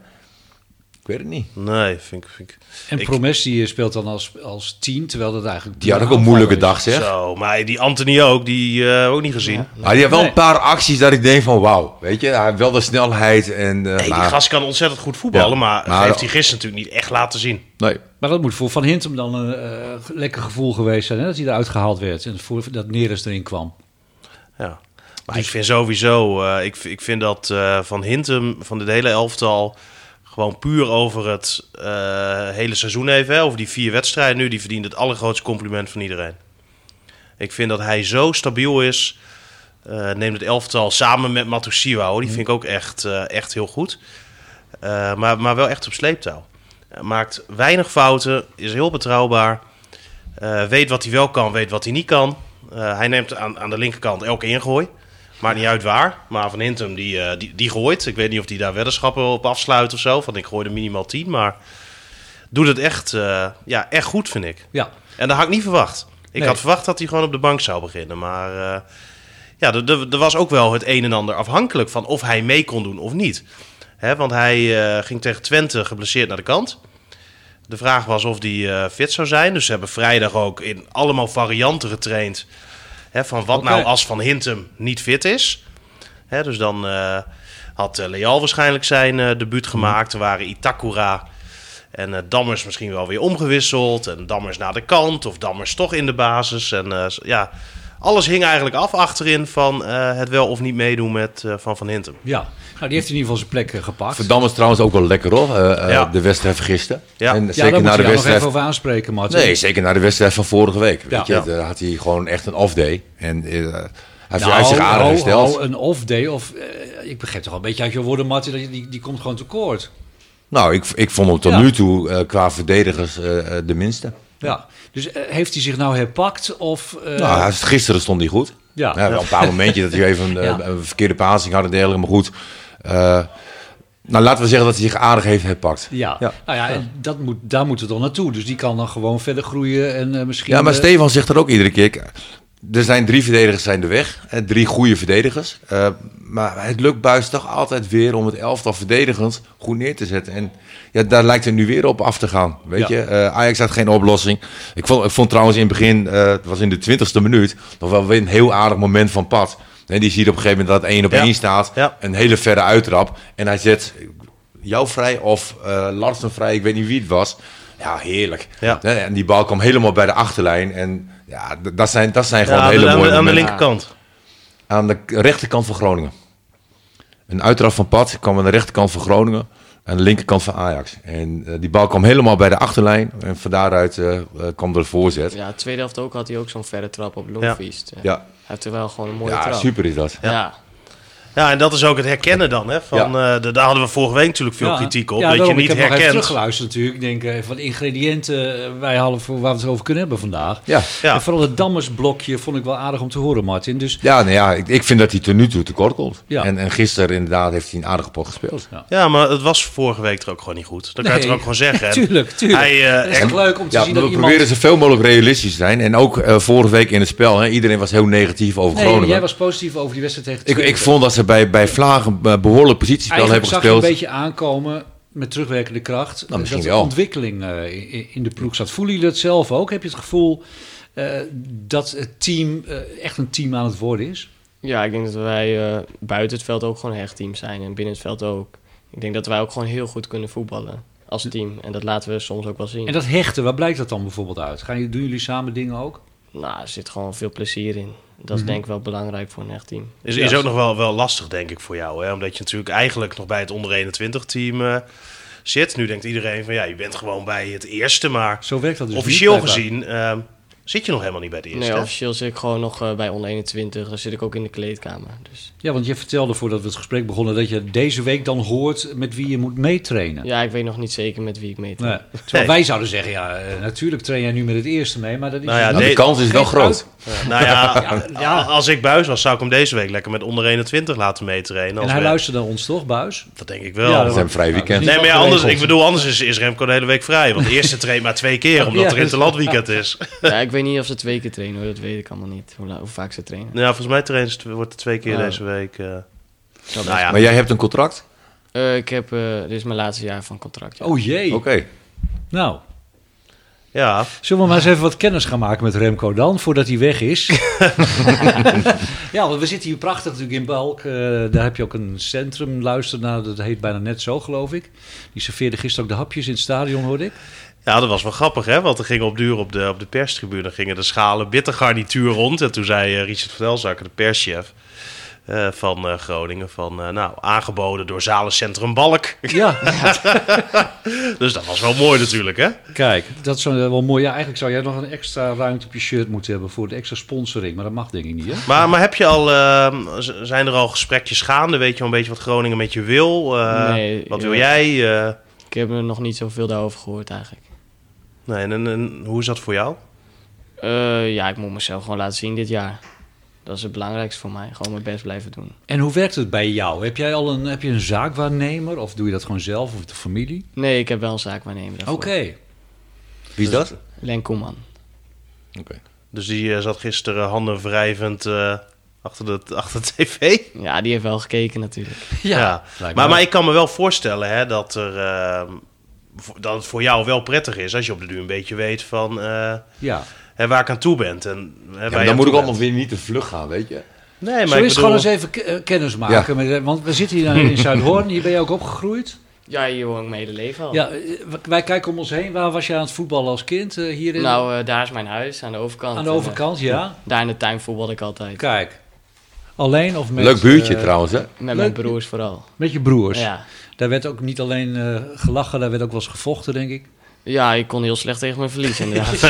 S4: ik weet het niet.
S5: Nee, vind ik... Vind ik
S2: En
S5: ik-
S2: Promes die eh, speelt dan als, als tien, terwijl dat eigenlijk...
S4: Die had ook
S2: aanvaller
S4: een moeilijke
S2: is.
S4: dag zeg.
S5: Zo, maar die Anthony ook, die eh, ook niet gezien.
S4: Maar die had wel
S2: Nee.
S4: een paar acties dat ik denk van wauw, weet je. Hij heeft wel de snelheid en... eh,
S5: Nee, die
S4: maar-
S5: gast kan ontzettend goed voetballen,
S4: Ja,
S5: maar,
S4: maar-
S5: heeft hij gisteren natuurlijk niet echt laten zien.
S4: Nee.
S2: Maar dat moet voor Van Hintem dan een eh, lekker gevoel geweest zijn, hè? dat hij eruit gehaald werd. En voor, dat Neres erin kwam.
S5: Ja. Maar ik vind sowieso, eh, ik, v- ik vind dat eh, Van Hintem, van dit hele elftal, gewoon puur over het eh, hele seizoen even, hè, over die vier wedstrijden nu, die verdient het allergrootste compliment van iedereen. Ik vind dat hij zo stabiel is. Eh neem het elftal samen met Matusiwa, hoor, die vind ik ook echt, eh, echt heel goed. Eh, maar, maar wel echt op sleeptouw. Eh, maakt weinig fouten, is heel betrouwbaar. Eh, weet wat hij wel kan, weet wat hij niet kan. Eh, hij neemt aan, aan de linkerkant elke ingooi. Maakt niet uit waar. Maar Van Hintem, die, eh, die, die gooit. Ik weet niet of hij daar weddenschappen op afsluit of zo. Van ik gooi er minimaal 10. Maar doet het echt, eh, ja, echt goed, vind ik.
S2: Ja,
S5: En dat had ik niet verwacht. Ik
S2: Nee.
S5: had verwacht dat hij gewoon op de bank zou beginnen. Maar eh, ja, er- er er was ook wel het een en ander afhankelijk van of hij mee kon doen of niet. Hè, want hij eh, ging tegen Twente geblesseerd naar de kant. De vraag was of hij eh, fit zou zijn. Dus ze hebben vrijdag ook in allemaal varianten getraind. Hè, van wat
S2: Oké.
S5: nou als Van Hintem niet fit is. Hè, dus dan eh, had eh, Leal waarschijnlijk zijn eh, debuut gemaakt. Er waren Itakura en eh, Dammers misschien wel weer omgewisseld. En Dammers naar de kant of Dammers toch in de basis. En eh, s- ja, alles hing eigenlijk af achterin van eh, het wel of niet meedoen met eh, Van Van Hintem.
S2: ja. Nou, die heeft in ieder geval zijn plek eh, gepakt.
S4: Verdam is trouwens ook wel lekker hoor, eh, eh,
S5: Ja.
S4: de wedstrijd van gisteren.
S5: Ja.
S4: En
S5: Ja, daar
S2: ja, daar
S4: zeker
S2: moet
S4: na
S2: je
S4: de
S2: jou nog
S4: wedstrijd
S2: even over aanspreken, Martin.
S4: Nee, zeker na de wedstrijd van vorige week. Weet
S2: Ja.
S4: je, daar had hij gewoon echt een off day. En eh, hij heeft
S2: Nou,
S4: hij heeft zich aardig
S2: ho,
S4: gesteld.
S2: ho, een off day of... eh, ik begrijp toch al een beetje uit je woorden, Martin, dat je- die, die komt gewoon tekort.
S4: Nou, ik, ik vond hem tot
S2: Ja.
S4: nu toe eh, qua verdedigers eh, eh, de minste.
S2: Ja, dus eh, heeft hij zich nou herpakt of... eh,
S4: nou, hij- gisteren stond hij goed.
S2: Ja.
S4: wel een paar momentjes dat hij even een,
S2: Ja.
S4: eh, een verkeerde passing had en dergelijke. Maar goed, eh, nou laten we zeggen dat hij zich aardig heeft herpakt.
S2: ja.
S4: Ja.
S2: nou ja, en Dat moet, daar moeten we dan naartoe. Dus die kan dan gewoon verder groeien en eh, misschien...
S4: Ja, maar
S2: eh,
S4: Stefan zegt er ook iedere keer. k- Er zijn drie verdedigers zijn de weg. hè, Drie goede verdedigers. Eh, maar het lukt Buis toch altijd weer om het elftal verdedigend goed neer te zetten. En ja, daar lijkt het nu weer op af te gaan. Weet
S2: Ja.
S4: je, Eh, Ajax had geen oplossing. Ik vond, ik vond trouwens in het begin, eh, het was in de twintigste minuut, nog wel weer een heel aardig moment van Pat. En die ziet op een gegeven moment dat één op
S5: Ja.
S4: één staat.
S5: Ja.
S4: Een hele verre uittrap. En hij zet jou vrij of eh Larsen vrij. Ik weet niet wie het was. Ja, heerlijk.
S5: Ja.
S4: Nee, En die bal kwam helemaal bij de achterlijn. En ja, d- dat zijn, dat zijn gewoon
S5: Ja, aan,
S4: hele
S5: de, aan,
S4: mooie
S5: de, aan de
S4: momenten.
S5: linkerkant.
S4: Aan de k- rechterkant van Groningen. Een uitraf van Pat kwam aan de rechterkant van Groningen. Aan de linkerkant van Ajax. En eh, die bal kwam helemaal bij de achterlijn. En van daaruit eh, eh, kwam er een voorzet. Ja,
S3: Ja, tweede helft ook had Eh, hij ook zo'n verre trap op Longfeast.
S4: ja.
S3: Hij heeft er wel gewoon een mooie trap.
S4: super is dat.
S3: Ja.
S5: Ja, en dat is ook het herkennen dan. Hè? Van, eh, de- daar hadden we vorige week natuurlijk veel kritiek op. dat je
S2: daarom,
S5: niet
S2: ik heb nog even
S5: herkent.
S2: teruggeluisterd natuurlijk. Ik denk, eh, wat ingrediënten eh, wij hadden voor waar we het over kunnen hebben vandaag.
S4: Ja.
S5: Ja.
S2: En vooral het dammersblokje vond ik wel aardig om te horen, Martin. Dus
S4: Ja, nou ja, ik, ik vind dat hij ten nu toe tekort komt.
S2: Ja.
S4: En, en gisteren inderdaad heeft hij een aardige pot gespeeld.
S5: Ja, maar het was vorige week er ook gewoon niet goed. Dat kan je
S2: Nee.
S5: toch ook gewoon zeggen. En
S2: tuurlijk, tuurlijk.
S5: Hij, eh,
S2: het is
S5: echt-
S2: toch leuk om te
S4: Ja,
S2: zien
S4: we
S2: dat iemand...
S4: proberen zoveel mogelijk realistisch te zijn. En ook eh, vorige week in het spel, hè, iedereen was heel negatief over
S2: Nee,
S4: Groningen.
S2: jij was positief over die wedstrijd tegen
S4: ik,
S2: Twente.
S4: ik vond dat ze bij, bij Vlagen eh, behoorlijk positiespel
S2: Eigenlijk
S4: hebben
S2: zag je een
S4: gespeeld.
S2: beetje aankomen met terugwerkende kracht.
S4: Nou, misschien
S2: dat de
S4: wel.
S2: ontwikkeling eh, in- in de ploeg zat. Voelen jullie dat zelf ook? Heb je het gevoel eh, dat het team eh, echt een team aan het worden is?
S3: Ja, ik denk dat wij eh, buiten het veld ook gewoon een hecht team zijn en binnen het veld ook. Ik denk dat wij ook gewoon heel goed kunnen voetballen als team. En dat laten we soms ook wel zien.
S2: En dat hechten, waar blijkt dat dan bijvoorbeeld uit? Gaan, jullie- doen jullie samen dingen ook?
S3: Nou, er zit gewoon veel plezier in. Dat is denk ik wel belangrijk voor een hecht team.
S5: Is, is ook nog wel, wel lastig, denk ik, voor jou. Hè? Omdat je natuurlijk eigenlijk nog bij het onder 21 team eh, zit. Nu denkt iedereen van ja, je bent gewoon bij het eerste. Maar
S2: Zo werkt dat dus
S5: officieel
S2: niet, blijkbaar.
S5: gezien ehm, zit je nog helemaal niet bij de eerste.
S3: Nee,
S5: hè?
S3: officieel zit ik gewoon nog eh, bij onder 21. Dan zit ik ook in de kleedkamer. Dus
S2: Ja, want je vertelde voordat we het gesprek begonnen... dat je deze week dan hoort met wie je moet meetrainen.
S3: ja, ik weet nog niet zeker met wie ik meet.
S2: Nee. Terwijl wij zouden zeggen, ja, eh, natuurlijk train jij nu met het eerste mee... maar dat is
S5: Nou ja,
S2: niet-
S4: Nou, de
S5: Nee,
S4: kans is wel
S2: Geef
S4: groot.
S5: Nou ja, a- als ik buis was, zou ik hem deze week lekker met onder 21 laten meetrainen.
S2: En
S5: Als
S2: hij
S5: we-
S2: luistert naar ons toch, Buis?
S5: Dat denk ik wel.
S2: Ja,
S4: We
S2: dat-
S4: zijn vrij weekend.
S5: Nee, maar ja,
S2: Niet
S5: anders, ik
S2: geregeld.
S5: bedoel, anders is, is Remco de hele week vrij. Want de eerste traint maar twee keer, omdat
S2: Ja,
S5: er interlandweekend is.
S3: Ja, ik weet niet of ze twee keer trainen hoor. Dat weet ik allemaal niet. Hoe, la- hoe vaak ze trainen.
S5: Nou, ja, volgens mij trainen ze, wordt het twee keer
S3: Ja.
S5: deze week. eh.
S3: Zou
S5: nou ja,
S4: Maar jij hebt een contract?
S3: Eh, ik heb, eh, dit is mijn laatste jaar van contract. ja.
S2: Oh jee.
S4: Oké.
S2: Nou,
S5: ja.
S2: Zullen we maar eens even wat kennis gaan maken met Remco dan, voordat hij weg is? ja, want we zitten hier prachtig natuurlijk in Balk. Eh, daar heb je ook een centrum, luister naar, dat heet bijna net zo geloof ik. Die serveerde gisteren ook de hapjes in het stadion, hoorde ik.
S5: Ja, dat was wel grappig, hè? Want er gingen op duur op de, op de perstribune gingen de schalen bittergarnituur rond. En toen zei eh, Richard Verdelzakker, de perschef eh, van eh, Groningen, van eh, nou, aangeboden door Zalencentrum Balk.
S2: Ja,
S5: dus dat was wel mooi natuurlijk, hè?
S2: kijk, dat is wel mooi. Ja, eigenlijk zou jij nog een extra ruimte op je shirt moeten hebben voor de extra sponsoring, maar dat mag denk ik niet, hè?
S5: Maar, maar heb je al, eh, z- zijn er al gesprekjes gaande? Weet je al een beetje wat Groningen met je wil? Eh,
S3: Nee,
S5: wat
S3: ja.
S5: wil jij? Eh,
S3: Ik heb er nog niet zoveel daarover gehoord eigenlijk.
S5: nee, en, en, en hoe is dat voor jou?
S3: Eh, ja, ik moet mezelf gewoon laten zien dit jaar. Dat is het belangrijkste voor mij. Gewoon mijn best blijven doen.
S2: En hoe werkt het bij jou? Heb jij al een, heb je een zaakwaarnemer of doe je dat gewoon zelf of de familie?
S3: Nee, ik heb wel een zaak waarnemen
S2: Oké.
S3: daarvoor.
S4: Wie is dat?
S3: Len Koeman.
S4: Oké.
S5: Dus die eh, zat gisteren handen wrijvend eh, achter, de, achter de tv.
S3: Ja, die heeft wel gekeken natuurlijk.
S5: Ja,
S2: lijkt me
S5: maar,
S2: wel.
S5: maar ik kan me wel voorstellen hè, dat, er, ehm, vo- dat het voor jou wel prettig is als je op de duur een beetje weet van eh,
S2: Ja.
S5: hè, waar ik aan toe bent. En, hè, waar
S4: Ja,
S5: je
S4: maar
S5: aan
S4: dan moet
S5: toe
S4: ik allemaal
S5: bent.
S4: weer niet te vlug gaan, weet je.
S5: Nee, maar
S2: Zullen
S5: ik
S2: we eens gewoon
S5: bedoel-
S2: eens even k- eh, kennis maken? Met, want we zitten hier dan in Zuidhoorn. Hier ben je ook opgegroeid.
S3: Ja, hier woon ik mijn hele leven al.
S2: Ja, eh, w- wij kijken om ons heen. Waar was je aan het voetballen als kind? eh, hier in,
S3: Nou, eh, daar is mijn huis, aan de overkant.
S2: aan de
S3: En, eh,
S2: overkant, ja.
S3: daar in de tuin voetbal ik altijd.
S2: Kijk. Alleen of met...
S4: Leuk buurtje
S2: eh,
S4: trouwens, hè?
S3: Met mijn
S2: Leuk.
S3: broers vooral.
S2: Met je broers.
S3: Ja.
S2: Daar werd ook niet alleen eh, gelachen, daar werd ook wel eens gevochten, denk ik.
S3: ja, ik kon heel slecht tegen mijn verlies inderdaad.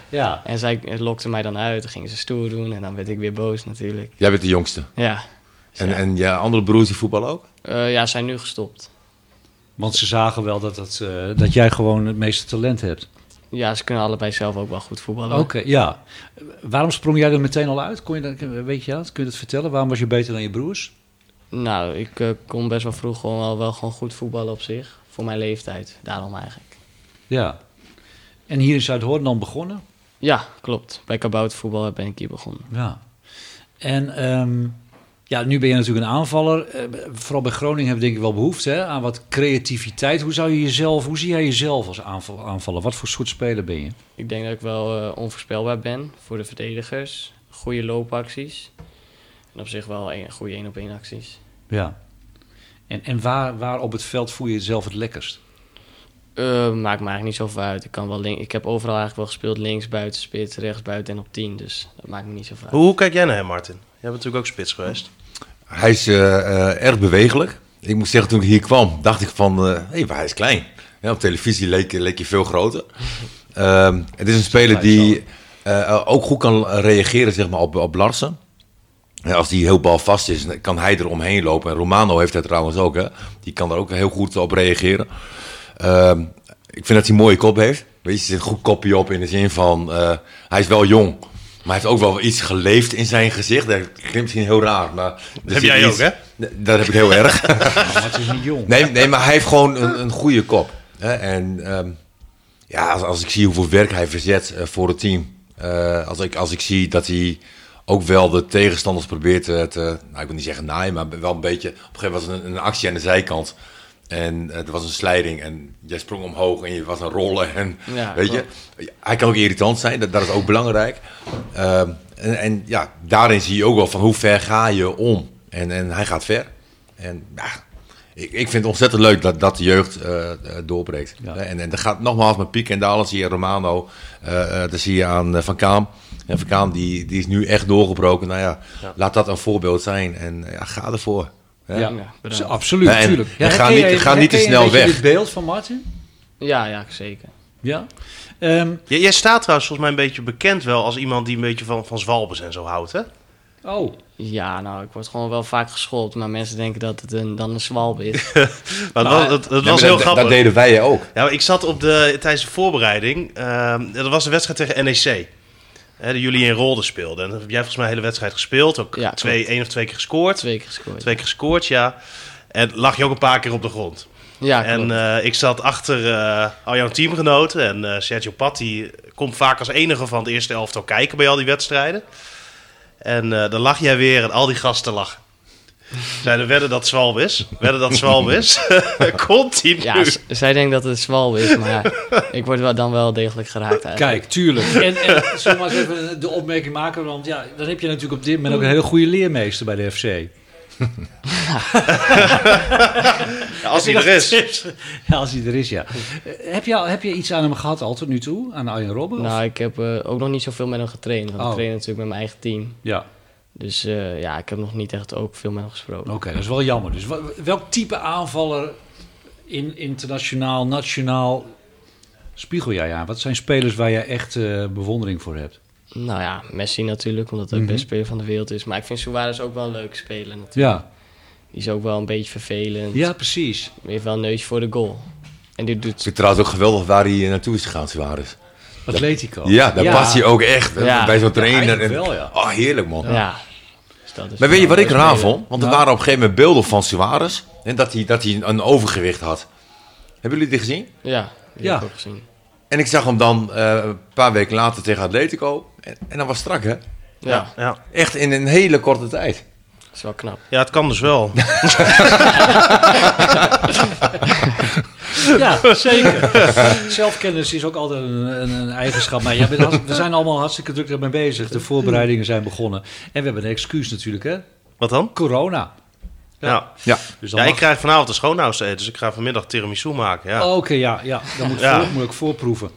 S2: Ja.
S3: En zij eh, lokte mij dan uit, dan gingen ze stoer doen en dan werd ik weer boos natuurlijk.
S4: Jij bent de jongste.
S3: Ja,
S4: En, en je andere broers die voetballen ook?
S3: Eh, ja ze zijn nu gestopt.
S2: Want ze zagen wel dat, dat, eh, dat jij gewoon het meeste talent hebt.
S3: Ja, ze kunnen allebei zelf ook wel goed voetballen.
S2: Oké, ja. Eh, Waarom sprong jij er meteen al uit? Kon je dat, weet je dat? Kun je dat vertellen? Waarom was je beter dan je broers?
S3: Nou, ik eh, kon best wel vroeg gewoon wel, wel gewoon goed voetballen op zich. Voor mijn leeftijd, daarom eigenlijk.
S2: Ja. En hier in Zuidhoorn dan begonnen?
S3: Ja, klopt. Bij kaboutervoetbal ben ik hier begonnen.
S2: Ja. En ehm, ja, nu ben je natuurlijk een aanvaller. Eh, vooral bij Groningen hebben we denk ik wel behoefte hè, aan wat creativiteit. Hoe zou je jezelf, hoe zie jij jezelf als aanval, aanvaller? Wat voor soort speler ben je?
S3: Ik denk dat ik wel eh, onvoorspelbaar ben voor de verdedigers. Goede loopacties. En op zich wel een, goede één op één acties.
S2: Ja. En, en waar, waar op het veld voel je jezelf het lekkerst?
S3: Eh, maakt me eigenlijk niet zoveel uit. Ik, kan wel link, ik heb overal eigenlijk wel gespeeld. Links, buiten, spits, rechts, buiten en op 10. Dus dat maakt me niet zoveel uit.
S5: Hoe, hoe kijk jij naar hem, Martin? Jij bent natuurlijk ook spits geweest.
S4: Hij is eh, eh, erg bewegelijk. Ik moet zeggen, toen ik hier kwam, dacht ik van, eh, hé, maar hij is klein. Ja, op televisie leek, leek hij veel groter. Ehm, het is een speler die eh, eh, ook goed kan reageren zeg maar, op, op Larsen. En als die heel balvast is, dan kan hij er omheen lopen. En Romano heeft dat trouwens ook. Hè? Die kan daar ook heel goed op reageren. Ehm, ik vind dat hij een mooie kop heeft. Weet je, er zit een goed kopje op in de zin van... eh, hij is wel jong, maar hij heeft ook wel iets geleefd in zijn gezicht. Dat klinkt misschien heel raar, maar... er zit
S5: jij
S4: iets-
S5: ook, hè?
S4: Dat heb ik heel erg.
S2: Maar het is niet jong.
S4: Nee, nee maar hij heeft gewoon een, een goede kop. Hè? En ehm, ja, als, als ik zie hoeveel werk hij verzet eh, voor het team. eh, als, ik, als ik zie dat hij ook wel de tegenstanders probeert te, te- nou, ik wil niet zeggen naaien, maar wel een beetje. Op een gegeven moment was er een, een actie aan de zijkant. En eh, er was een slijding en jij sprong omhoog en je was aan het rollen. En,
S3: Ja,
S4: weet je, hij kan ook irritant zijn, dat, dat is ook belangrijk. Ehm, en, en ja, daarin zie je ook wel van hoe ver ga je om. En, en hij gaat ver. En ja, ik, ik vind het ontzettend leuk dat, dat de jeugd eh, eh, doorbreekt. Eh,
S2: Ja.
S4: En, en dan gaat nogmaals met Piek en Dalen, zie je Romano, eh eh, dat zie je aan eh, Van Kaam. En Van Kaam die, die is nu echt doorgebroken. Nou ja, laat dat een voorbeeld zijn en eh, ja, ga ervoor. Hè?
S2: Ja,
S3: Ja,
S2: Dus
S3: bedankt.
S2: absoluut.
S4: En-
S2: tuurlijk.
S4: en ga
S2: herken
S4: niet-
S2: jij-
S4: ga niet te
S2: herken jij
S4: snel
S2: een beetje
S4: weg.
S2: dit beeld van Martin?
S3: Ja, ja, zeker.
S2: Ja. Ehm,
S5: J- jij staat trouwens volgens mij een beetje bekend wel als iemand die een beetje van, van zwalbes en zo houdt, hè?
S2: oh,
S3: Ja, nou, ik word gewoon wel vaak geschoold, maar mensen denken dat het een, dan een zwalbe is.
S5: Maar het was, het, het
S4: Ja,
S5: was
S4: Nou, maar
S5: heel
S4: dat,
S5: grappig.
S4: Dat deden wij ook.
S5: Ja, maar Nou, ik zat op de, tijdens de voorbereiding. ehm, dat was een wedstrijd tegen NEC. Hè, die jullie in Rolde speelden. En dat heb jij volgens mij de hele wedstrijd gespeeld. Ook
S3: Ja,
S5: twee,
S3: klopt.
S5: één of twee keer gescoord.
S3: Twee keer gescoord.
S5: Twee keer gescoord, ja. En lag je ook een paar keer op de grond.
S3: Ja,
S5: en
S3: klopt.
S5: eh, ik zat achter eh, al jouw teamgenoten. En eh, Sergio Patti komt vaak als enige van het eerste elftal kijken bij al die wedstrijden. En eh, dan lag jij weer en al die gasten lachen. Zeiden, wedden dat Zwalb is. Wedden dat Zwalb is. Continu.
S3: ja, z- zij denken dat het een zwalbe is, maar ik word wel, dan wel degelijk geraakt eigenlijk.
S2: kijk, tuurlijk. En, en zullen we maar eens even de opmerking maken, want ja, dan heb je natuurlijk op dit moment ook een hele goede leermeester bij de FC.
S5: Ja, als hij er is.
S2: Ja, als hij er is, ja. Eh, Heb je, al- heb je iets aan hem gehad al tot nu toe? Aan Arjen Robben? of-
S3: Nou, ik heb eh, ook nog niet zoveel met hem getraind. Want
S2: Oh.
S3: ik train natuurlijk met mijn eigen team.
S2: Ja,
S3: Dus eh, ja, ik heb nog niet echt ook veel met hem gesproken.
S2: oké, dat is wel jammer. Dus wa- welk type aanvaller in internationaal, nationaal spiegel jij aan? Wat zijn spelers waar jij echt eh, bewondering voor hebt?
S3: Nou ja, Messi natuurlijk, omdat hij de beste speler van de wereld is. Maar ik vind Suarez ook wel een leuk speler. natuurlijk.
S2: Ja,
S3: Die is ook wel een beetje vervelend.
S2: ja precies.
S3: Die heeft wel een neusje voor de goal. En dit
S4: Ik
S3: doet...
S4: vind trouwens ook geweldig waar hij naartoe is gegaan, Suarez.
S2: Atletico.
S4: Ja, daar
S3: Ja.
S4: past hij ook echt. hè,
S3: Ja.
S4: Bij zo'n trainer.
S2: eigenlijk
S4: en-
S2: wel, ja.
S4: Oh, heerlijk man.
S3: Ja. Dus dat is
S4: Maar weet je
S3: wel
S4: wat
S3: een
S4: ik
S3: leuk
S4: raar
S3: speler.
S4: vond? Want er waren op een gegeven moment beelden van Suarez. En dat hij, dat hij een overgewicht had. Hebben jullie dit gezien?
S3: Ja, die
S2: Ja.
S3: heb ik ook gezien.
S4: En ik zag hem dan eh, een paar weken later tegen Atletico. En, en dat was strak, hè?
S3: Ja,
S5: Ja.
S4: Echt in een hele korte tijd.
S3: dat is wel knap.
S5: ja, het kan dus wel.
S2: Ja, zeker. Zelfkennis is ook altijd een, een, een eigenschap. Maar jij bent hartst- we zijn allemaal hartstikke druk ermee bezig. De voorbereidingen zijn begonnen. En we hebben een excuus natuurlijk, hè?
S5: Wat dan?
S2: Corona. Ja.
S5: Ja. Ja.
S4: Ja.
S2: Dus dan
S5: ik
S2: mag-
S5: krijg vanavond een schoonhuis eten, dus ik ga vanmiddag tiramisu maken. Ja.
S2: Oh, Oké, ja, ja, dan moet,
S5: Ja.
S2: Voor, moet ik voorproeven.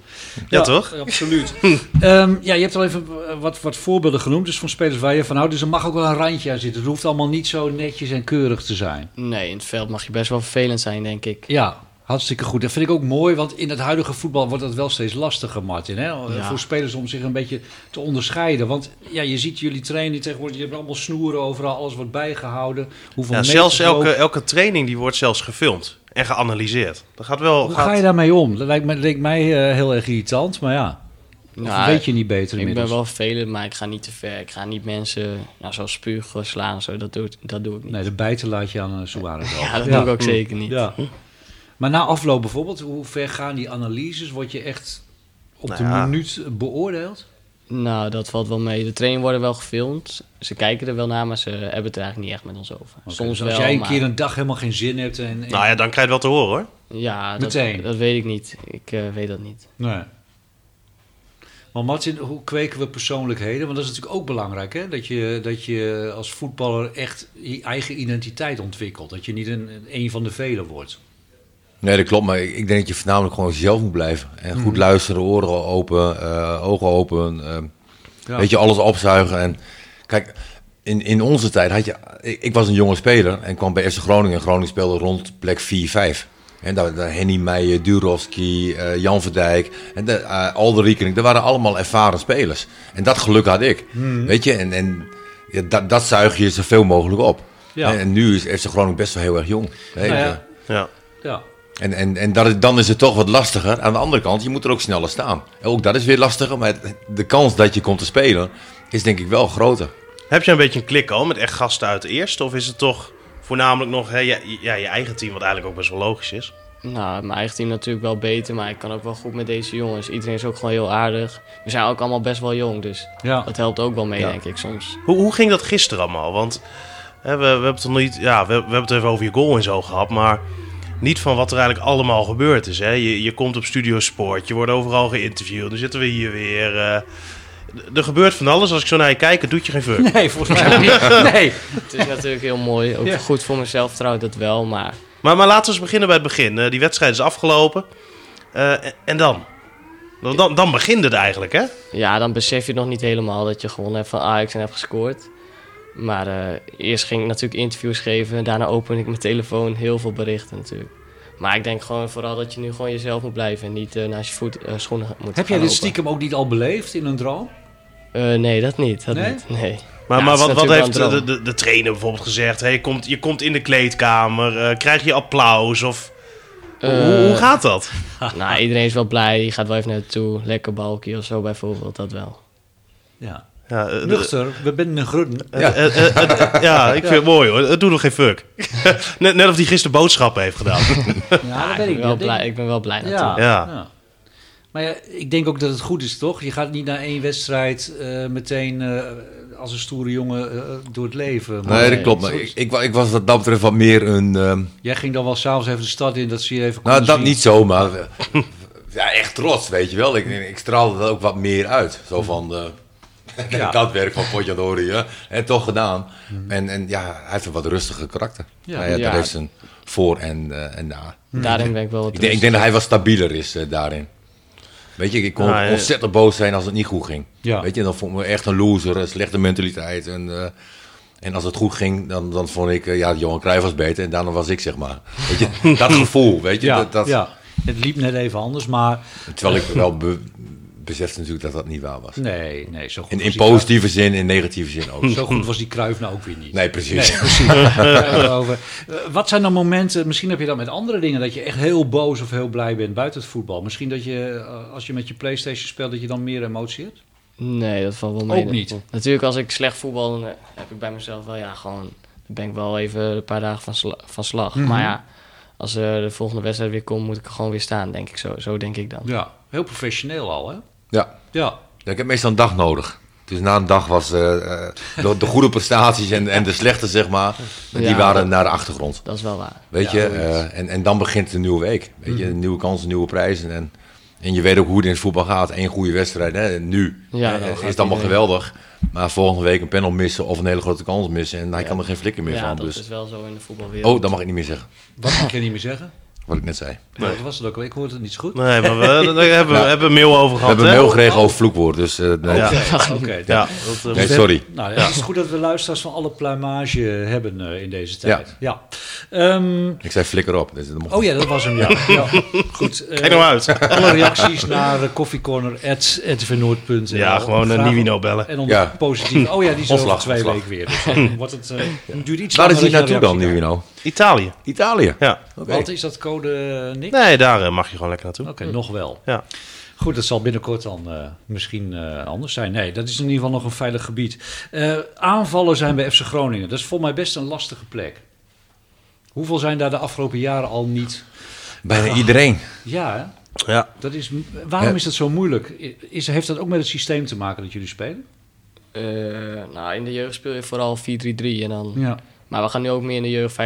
S2: Ja,
S5: toch?
S2: Absoluut. Ehm, ja, je hebt al even eh, wat, wat voorbeelden genoemd, dus van spelers waar je van houdt. Dus er mag ook wel een randje aan zitten. Het hoeft allemaal niet zo netjes en keurig te zijn.
S3: Nee, in het veld mag je best wel vervelend zijn, denk ik.
S2: Ja, hartstikke goed. Dat vind ik ook mooi, want in het huidige voetbal wordt dat wel steeds lastiger, Martin. Hè? Voor spelers om zich een beetje te onderscheiden. Want ja, je ziet jullie trainen tegenwoordig, je hebt allemaal snoeren overal, alles wordt bijgehouden. Hoeveel
S5: Ja,
S2: meters
S5: zelfs
S2: lopen.
S5: elke, elke training die wordt zelfs gefilmd en geanalyseerd. Dat gaat wel.
S2: Hoe
S5: gaat-
S2: ga je daarmee om? Dat lijkt, me, leek mij eh, heel erg irritant, maar ja. Of
S3: Nou,
S2: weet je niet beter
S3: Ik
S2: inmiddels?
S3: ben wel vervelend, maar ik ga niet te ver. Ik ga niet mensen nou, zoals spugen, slaan, zo. Dat doe, ik- dat doe ik niet.
S2: Nee, de bijten laat je aan eh, Suarez over.
S3: Ja, dat doe ik ook zeker niet.
S2: Ja. Hm. Maar na afloop bijvoorbeeld, hoe ver gaan die analyses? Word je echt op
S5: Nou
S2: de
S5: ja.
S2: minuut beoordeeld?
S3: Nou, dat valt wel mee. De trainingen worden wel gefilmd. Ze kijken er wel naar, maar ze hebben het er eigenlijk niet echt met ons over. Soms
S2: Soms
S3: wel,
S2: dus als jij een
S3: maar-
S2: keer een dag helemaal geen zin hebt en... en-
S5: Nou ja, dan krijg je het wel te horen hoor.
S3: Ja, dat,
S2: Meteen.
S3: dat weet ik niet. Ik eh, weet dat niet.
S2: Nee. Maar Martin, hoe kweken we persoonlijkheden? Want dat is natuurlijk ook belangrijk, hè? Dat je, dat je als voetballer echt je eigen identiteit ontwikkelt. Dat je niet een, een- een van de velen wordt.
S4: Nee, dat klopt. Maar ik, ik denk dat je voornamelijk gewoon zelf moet blijven. En goed luisteren, oren open, eh, ogen open. eh,
S2: Ja.
S4: Weet je, alles opzuigen. En kijk, in, in onze tijd had je. Ik, ik was een jonge speler en kwam bij FC Groningen. Groningen speelde rond plek 4-5. En daar, daar Henny Meijer, Durovski, eh, Jan Verdijk, en de,
S2: Hmm.
S4: eh Alder Riekering. Dat waren allemaal ervaren spelers. En dat geluk had ik. Weet je, en, en ja, dat, dat zuig je zoveel mogelijk op.
S2: Ja.
S4: En nu is FC Groningen best wel heel erg jong. Hè,
S2: Nou ja.
S4: dus, eh,
S5: Ja.
S2: Ja.
S4: En, en, en dat, is- dan is het toch wat lastiger. Aan de andere kant, je moet er ook sneller staan. En Ook dat is weer lastiger, maar het- de kans dat je komt te spelen is denk ik wel groter.
S5: Heb je een beetje een klik al met echt gasten uit de eerste? Of is het toch voornamelijk nog hè, je, ja, je eigen team, wat eigenlijk ook best wel logisch is?
S3: Nou, mijn eigen team natuurlijk wel beter, maar ik kan ook wel goed met deze jongens. Iedereen is ook gewoon heel aardig. We zijn ook allemaal best wel jong, dus
S2: Ja.
S3: dat helpt ook wel mee,
S4: Ja.
S3: denk ik soms.
S5: Hoe, hoe ging dat gisteren allemaal? Want hè, we, we hebben het nog niet, ja, we, we hebben het even over je goal en zo gehad, maar niet van wat er eigenlijk allemaal gebeurd is. Hè? Je, je komt op Studio Sport, je wordt overal geïnterviewd, dan zitten we hier weer. eh, d- er gebeurt van alles. Als ik zo naar je kijk, het doet je geen fuck.
S2: Nee, volgens mij niet. Nee.
S3: Het is natuurlijk heel mooi, ook
S2: Ja.
S3: goed voor mezelf trouwens, dat wel, maar
S5: Maar, maar laten we eens beginnen bij het begin. Eh, die wedstrijd is afgelopen. Eh, en, en dan? Dan, dan? dan begint het eigenlijk, hè?
S3: ja, dan besef je nog niet helemaal dat je gewonnen hebt van Ajax en hebt gescoord. Maar eh, eerst ging ik natuurlijk interviews geven, daarna opende ik mijn telefoon, heel veel berichten natuurlijk. Maar ik denk gewoon vooral dat je nu gewoon jezelf moet blijven en niet eh, naast je voet, eh, schoenen moet gaan
S2: Heb jij dit
S3: lopen.
S2: stiekem ook niet al beleefd in een droom?
S3: Eh, nee, dat niet. Dat
S2: Nee?
S3: niet. nee.
S5: Maar,
S3: Ja,
S5: maar
S3: het is
S5: wat, wat
S3: natuurlijk
S5: heeft
S3: wel een
S5: de,
S3: droom.
S5: de, de trainer bijvoorbeeld gezegd? Hey, komt, je komt in de kleedkamer, eh, krijg je applaus? Of,
S3: Eh,
S5: hoe, hoe gaat dat?
S3: Nou, iedereen is wel blij. Je gaat wel even naartoe. Lekker balkje of zo bijvoorbeeld, dat wel.
S2: Ja.
S5: Ja, eh,
S2: Nuchter, we zijn een grudden.
S5: eh, eh, eh, eh, ja, ik vind het mooi hoor. Het doet nog geen fuck. net, net of hij gisteren boodschappen heeft gedaan.
S2: Ja, dat weet ik
S3: ben wel
S2: niet.
S3: blij, ik ben wel blij
S2: Ja.
S3: natuurlijk.
S5: Ja.
S2: Maar ja, ik denk ook dat het goed is, toch? Je gaat niet na één wedstrijd eh, meteen eh, als een stoere jongen eh, door het leven. Maar
S4: Nee, dat
S3: nee,
S4: klopt.
S2: dat
S4: Maar
S2: is
S4: ik,
S2: goed.
S4: ik, wa- ik was wat dat betreft wat meer een... ehm,
S2: Jij ging dan wel s'avonds even de stad in, dat ze je even
S4: nou,
S2: konden
S4: dat
S2: zien.
S4: niet zo, maar... eh, ja, echt trots, weet je wel. Ik, ik straalde dat ook wat meer uit. Zo van... eh,
S2: Ja.
S4: dat werk van Potjadori, hè. En toch gedaan. En, en ja, hij heeft een wat rustiger karakter.
S2: Ja.
S4: Mhm. Ja, ja,
S3: Ja.
S4: Dat heeft zijn voor en, eh, en na.
S2: Hmm.
S3: Daarin ben ik wel wat
S4: Ik denk, ik denk dat hij wat stabieler is eh, daarin. Weet je, ik kon
S5: Ah, ja.
S4: ontzettend boos zijn als het niet goed ging.
S2: Ja.
S4: Weet je, dan vond ik me echt een loser, een slechte mentaliteit. En, eh, en als het goed ging, dan, dan vond ik, eh, ja, Johan Cruijff was beter en daarna was ik, zeg maar. Weet je, dat gevoel, weet je.
S2: Ja,
S4: dat, dat,
S2: ja, het liep net even anders, maar
S4: Terwijl ik wel be- besefte natuurlijk dat dat niet waar was.
S2: nee, nee, zo goed
S4: In,
S2: was
S4: in
S2: die
S4: positieve zin, in negatieve zin ook.
S2: Cruijff- Zo goed was die kruif nou ook weer niet.
S4: Nee, precies.
S2: Nee, precies. Daar hebben we het over. Eh, Wat zijn dan momenten, misschien heb je dat met andere dingen, dat je echt heel boos of heel blij bent buiten het voetbal. Misschien dat je, eh, als je met je Playstation speelt, dat je dan meer emotie hebt?
S3: Nee, dat valt wel mee.
S2: Ook niet.
S3: Natuurlijk, als ik slecht voetbal, dan eh, heb ik bij mezelf wel, ja, gewoon... Dan ben ik wel even een paar dagen van, sla- van slag.
S5: Mhm.
S3: Maar ja, als eh, de volgende wedstrijd weer komt, moet ik er gewoon weer staan, denk ik zo. Zo denk ik dan.
S2: Ja, heel professioneel al, hè?
S4: Ja.
S2: Ja,
S4: Ja, ik heb meestal een dag nodig. Dus na een dag was eh, eh, de, de goede prestaties en, en de slechte, zeg maar, die
S3: Ja.
S4: waren naar de achtergrond.
S3: Dat is wel waar.
S4: Weet je, eh, en, en dan begint de nieuwe week. Weet je, nieuwe kansen, nieuwe prijzen. En, en je weet ook hoe het in het voetbal gaat. Eén goede wedstrijd, hè, nu
S3: Ja,
S4: hè,
S3: dan gaat
S4: is het allemaal
S3: iedereen.
S4: geweldig. Maar volgende week een panel missen of een hele grote kans missen. En hij
S3: Ja.
S4: kan er geen flikker meer
S3: Ja,
S4: van.
S3: dat
S4: Dus.
S3: is wel zo in de voetbalwereld.
S4: Oh, dat mag ik niet meer zeggen.
S2: wat ik kan niet meer zeggen.
S4: Wat ik net zei.
S2: Wat was het ook al? Ik hoorde het niet zo goed.
S5: Nee, maar we, daar hebben, we hebben een mail over
S4: We
S5: gehad.
S4: hebben een
S5: hè?
S4: mail gekregen over vloekwoord. Dus eh, nee.
S5: Ja.
S2: Oké, oké,
S5: Ja, dat, eh,
S4: Nee, sorry.
S2: Nou, het is goed dat we luisteraars van alle pluimage hebben eh, in deze tijd. Ja. Ehm,
S4: Ik zei flikker op. Dus dat mocht
S2: oh ja, dat was hem, ja. ja. Goed. eh,
S5: Kijk nou uit.
S2: alle reacties naar uh, koffiecorner.ntvnoord.nl
S5: Ja, gewoon een
S2: Vraag-
S5: Nivino bellen.
S2: En onder
S4: Ja.
S2: positief. Oh ja, die is er over
S4: Ontslag,
S2: twee
S4: ontslag.
S2: weken weer. Dus dan wordt het, eh, duurt iets
S4: Waar is
S2: langer
S4: hij
S2: dat je
S4: naartoe
S2: een
S4: dan
S2: reactie
S4: nu, nou?
S5: Italië.
S4: Italië.
S5: Ja.
S4: Oké.
S2: krijgt. Wat is dat code, eh, Nick?
S5: Nee, daar eh, mag je gewoon lekker naartoe.
S2: Oké, nog wel.
S5: Ja.
S2: Goed, dat zal binnenkort dan eh, misschien eh, anders zijn. Nee, dat is in ieder geval nog een veilig gebied. Eh, aanvallen zijn bij FC Groningen. Dat is voor mij best een lastige plek. Hoeveel zijn daar de afgelopen jaren al niet?
S4: Bijna iedereen.
S2: Ja, hè?
S5: Ja.
S2: dat is, waarom
S4: Ja.
S2: is dat zo moeilijk? Is, heeft dat ook met het systeem te maken dat jullie spelen?
S3: Eh, nou, in de jeugd speel je vooral 4-3-3 en
S5: Mhm.
S3: dan...
S2: Ja.
S3: Maar we gaan nu ook meer in de jeugd 5-3-2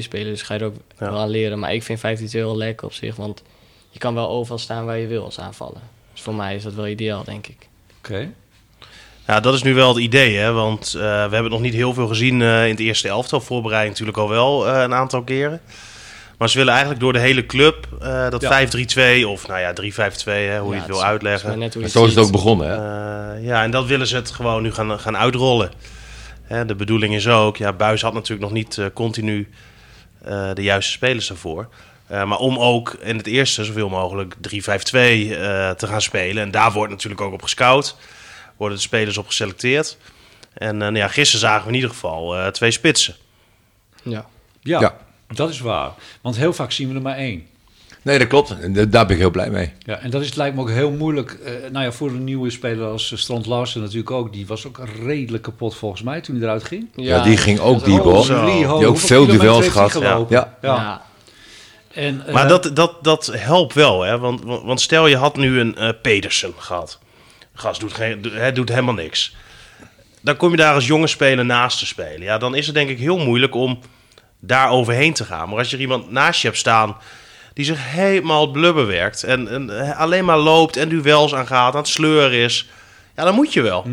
S3: spelen, dus ga je er ook
S5: Ja.
S3: wel aan leren. Maar ik vind 5-3-2 wel lekker op zich, want je kan wel overal staan waar je wil als aanvallen. Dus voor mij is dat wel ideaal, denk ik.
S2: Oké.
S5: Ja, dat is nu wel het idee, hè? want eh, we hebben nog niet heel veel gezien eh, in het eerste elftal. Voorbereiding natuurlijk al wel eh, een aantal keren. Maar ze willen eigenlijk door de hele club eh, dat
S2: Ja.
S5: 5-3-2 of nou ja, 3-5-2, hè, hoe je het wil uitleggen.
S4: En zo is het ook begonnen, hè?
S5: Eh, ja, en dat willen ze het gewoon nu gaan, gaan uitrollen. Hè, de bedoeling is ook, ja, Buis had natuurlijk nog niet eh, continu eh, de juiste spelers daarvoor. Eh, maar om ook in het eerste zoveel mogelijk 3-5-2 eh, te gaan spelen. En daar wordt natuurlijk ook op gescout. Worden de spelers op geselecteerd. En eh, nou ja, gisteren zagen we in ieder geval eh, twee spitsen.
S3: Ja.
S2: Ja,
S4: Ja.
S2: dat is waar. Want heel vaak zien we er maar één.
S4: Nee, dat klopt. En da- Daar ben ik heel blij mee.
S2: Ja, en dat is, lijkt me ook heel moeilijk. eh, nou ja, voor een nieuwe speler als eh, Strand Larsen natuurlijk ook. Die was ook redelijk kapot volgens mij toen hij eruit ging.
S4: Ja, die ging ook diep,
S2: Oh,
S4: hoor.
S5: Zo.
S2: Lee Ho,
S4: Die ook
S2: hoeveel
S4: veel
S2: kilometer
S4: duels
S2: heeft hij
S4: gehad.
S2: gelopen?
S4: Ja.
S2: Ja.
S3: ja.
S2: En, eh,
S5: Maar dat, dat, dat helpt wel, hè? Want, want want stel je had nu een eh, Pedersen gehad. Gast doet, geen, do- hè, doet helemaal niks. Dan kom je daar als jonge speler naast te spelen. Ja, dan is het denk ik heel moeilijk om daar overheen te gaan. Maar als je er iemand naast je hebt staan die zich helemaal blubber werkt... en, en eh, alleen maar loopt en duels aangaat, aan het sleuren is... ja, dan moet je wel.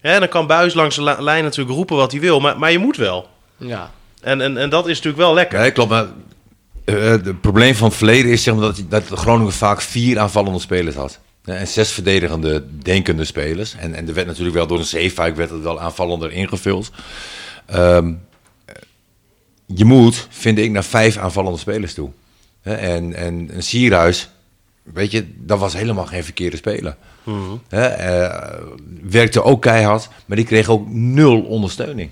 S5: Hè, dan kan Buis langs de la- lijn natuurlijk roepen wat hij wil, maar, maar je moet wel.
S3: ja.
S5: En, en, en dat is natuurlijk wel lekker.
S4: Ja, klopt. Maar eh, het probleem van het verleden is zeg maar, dat, dat Groningen vaak vier aanvallende spelers had. Ja, En zes verdedigende, denkende spelers. En, en er werd natuurlijk wel door een zeefuik werd het wel aanvallender ingevuld. Ehm, je moet, vind ik, naar vijf aanvallende spelers toe. Hè, En, en een Sierhuis, weet je, dat was helemaal geen verkeerde speler.
S2: Mhm.
S4: Hè, eh, werkte ook keihard, maar die kreeg ook nul ondersteuning.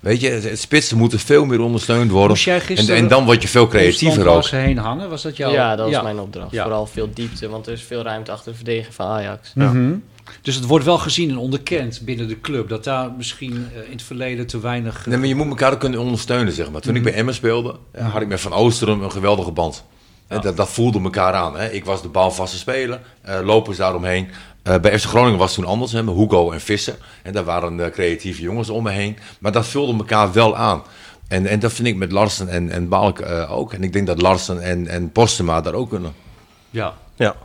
S4: Weet je, het- het spitsen moeten veel meer ondersteund worden.
S2: Moest jij gisteren
S4: en, en dan word je veel creatiever
S2: Constant
S4: ook.
S2: was heen hangen, was dat jouw...
S3: Ja, dat was mijn opdracht.
S2: Ja.
S3: Vooral veel diepte, want er is veel ruimte achter de verdediger van Ajax.
S2: Mhm. Dus het wordt wel gezien en onderkend binnen de club. Dat daar misschien eh, in het verleden te weinig... eh,
S4: Nee, maar je moet elkaar ook kunnen ondersteunen, zeg maar. Toen
S2: Mhm.
S4: ik bij Emmen speelde, ja, had ik met Van Oosteren een geweldige band. En Dat, dat voelde elkaar aan. Hè. Ik was de balvaste speler, eh lopers daaromheen. Eh, bij FC Groningen was het toen anders, hè, met Hugo en Visser. En daar waren eh, creatieve jongens om me heen. Maar dat vulde elkaar wel aan. En, en dat vind ik met Larsen en, en Balk eh, ook. En ik denk dat Larsen en, en Postema daar ook kunnen.
S2: Ja.
S5: Ja.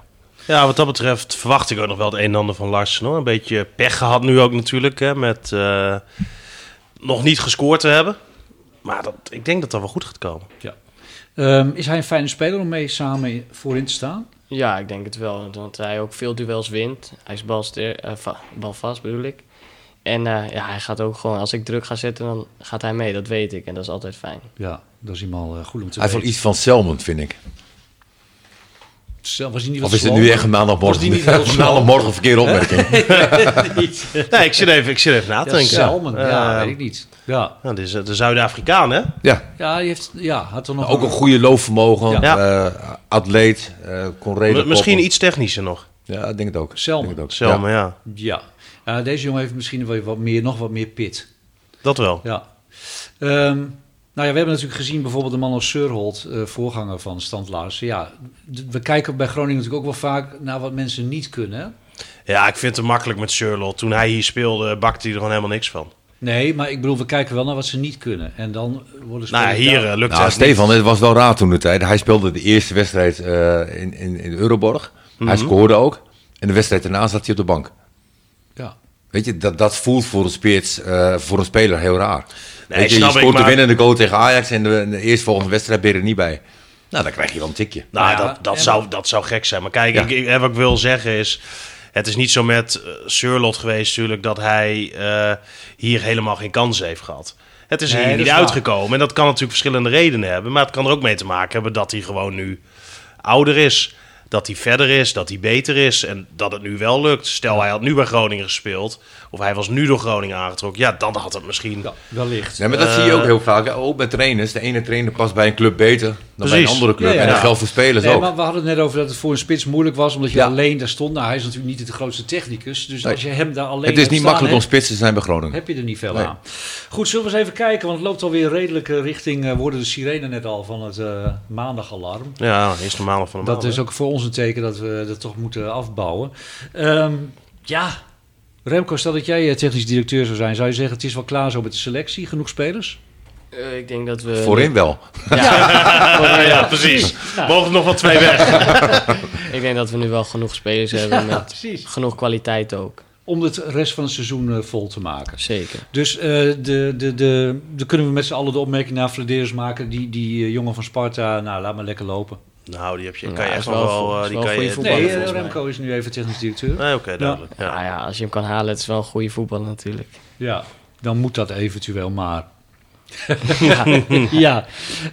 S5: ja, wat dat betreft verwacht ik ook nog wel het een en ander van Larsen. Hoor. Een beetje pech gehad nu ook natuurlijk, hè, met eh, nog niet gescoord te hebben. Maar dat, ik denk dat dat wel goed gaat komen.
S2: ja. Ehm, is hij een fijne speler om mee samen in- voorin te staan?
S3: Ja, ik denk het wel. Want hij ook veel duels wint. Hij is balsteer, eh, va- balvast, bedoel ik. En eh, ja, hij gaat ook gewoon, als ik druk ga zetten, dan gaat hij mee. Dat weet ik en dat is altijd fijn.
S2: Ja, dat is iemand goed om te
S4: Hij heeft wel
S2: weten.
S4: iets van Selmond, vind ik.
S2: Zelf was hij niet wat
S4: Of is het
S2: slow?
S4: nu echt een maandagmorgen?
S2: Was die niet heel
S4: Een maandagmorgen verkeerde opmerking.
S5: Nee, ik zit even, ik zit even na te
S2: Ja,
S5: denken.
S2: Salmon, ja,
S5: Eh,
S2: weet ik niet. Ja,
S5: nou, dit is eh, de Zuid-Afrikaan, hè?
S4: Ja,
S2: ja, die heeft, ja had er nog
S4: Ook een goede loopvermogen,
S5: Ja.
S4: eh, atleet, eh kon redelijk
S5: M- misschien
S4: koppen.
S5: iets technischer nog.
S4: Ja, ik denk het ook.
S2: Selma.
S4: Ik denk het ook.
S5: Selma, ja.
S2: Ja, Eh, deze jongen heeft misschien wel wat meer, nog wat meer pit.
S5: Dat wel.
S2: Ja. Ehm, nou ja, we hebben natuurlijk gezien bijvoorbeeld de man als Surholt, eh, voorganger van Stand Larsen. Ja, d- we kijken bij Groningen natuurlijk ook wel vaak naar wat mensen niet kunnen. hè?
S5: Ja, ik vind het makkelijk met Sherlock. Toen hij hier speelde, bakte hij er gewoon helemaal niks van.
S2: Nee, maar ik bedoel, we kijken wel naar wat ze niet kunnen. En dan worden ze...
S5: Nou, ja, hier eh,
S4: Ja.
S5: lukte
S4: Nou,
S5: het niet.
S4: Stefan, het was wel raar toen de tijd. Hij speelde de eerste wedstrijd eh, in, in, in Euroborg. Hij
S5: Mhm.
S4: scoorde ook. En de wedstrijd daarna zat hij op de bank.
S2: Ja.
S4: Weet je, dat, dat voelt voor een, spits, eh, voor een speler heel raar.
S5: Nee,
S4: Weet je, je
S5: snap ik,
S4: scoort de
S5: maar-
S4: winnende goal tegen Ajax en de, de eerstvolgende wedstrijd ben je er niet bij. Nou, dan krijg je wel een tikje.
S5: Nou,
S2: Ja,
S5: dat, dat,
S2: en-
S5: zou, dat zou gek zijn. Maar kijk,
S4: Ja.
S5: ik, ik- hè, wat ik wil zeggen is... Het is niet zo met eh, Surlot geweest natuurlijk... dat hij eh, hier helemaal geen kans heeft gehad. Het is
S2: Nee,
S5: hier
S2: dat
S5: niet
S2: is waar.
S5: uitgekomen. En dat kan natuurlijk verschillende redenen hebben. Maar het kan er ook mee te maken hebben dat hij gewoon nu ouder is. Dat hij verder is, dat hij beter is. En dat het nu wel lukt. Stel, hij had nu bij Groningen gespeeld. Of hij was nu door Groningen aangetrokken. Ja, dan had het misschien...
S2: Ja, wellicht.
S4: Nee, maar dat zie je
S5: Eh,
S4: ook heel vaak. hè. Ook bij trainers. De ene trainer past bij een club beter dan bij een
S5: Precies.
S4: andere club.
S2: Ja, ja.
S4: En dat
S2: Ja.
S4: geldt voor spelers
S2: Nee,
S4: ook.
S2: maar we hadden het net over dat het voor een spits moeilijk was, omdat je
S4: Ja.
S2: alleen daar stond. Nou, hij is natuurlijk niet de grootste technicus, dus als je hem daar alleen
S4: Het is
S2: hebt
S4: niet
S2: staan,
S4: makkelijk
S2: hè,
S4: om spits te zijn bij Groningen.
S2: heb je er niet veel
S4: Nee.
S2: aan. Goed, zullen we eens even kijken, want het loopt alweer redelijk eh, richting, eh, worden de sirenen net al van het eh, maandagalarm.
S5: Ja, is normaal van de
S2: Dat is ook voor ons een teken dat we dat toch moeten afbouwen. Ehm, ja, Remco, stel dat jij eh, technisch directeur zou zijn, zou je zeggen het is wel klaar zo met de selectie, genoeg spelers?
S3: Eh, ik denk dat we...
S4: Voorin wel.
S5: Ja, ja, precies. Mogen er nog wel twee weg.
S3: Ik denk dat we nu wel genoeg spelers hebben
S2: Ja,
S3: met
S2: precies.
S3: genoeg kwaliteit ook.
S2: Om het rest van het seizoen eh, vol te maken.
S3: Zeker.
S2: Dus eh, de, de, de, dan kunnen we met z'n allen de opmerking naar Flederis maken. Die, die eh, jongen van Sparta, nou laat maar lekker lopen.
S5: Nou, die heb je,
S3: Ja,
S5: kan je
S3: is
S5: echt
S3: wel
S5: nog
S3: goed.
S5: wel... eh,
S3: Is
S5: die
S3: wel
S5: kan
S3: goede
S5: je, eh,
S3: voetballer.
S2: Nee, eh,
S3: volgens mij.
S2: Remco is nu even technisch directeur.
S5: Nee, oké, duidelijk. Ja.
S3: Nou ja, als je hem kan halen, het is wel een goede voetballer natuurlijk.
S2: Ja, dan moet dat eventueel maar. ja.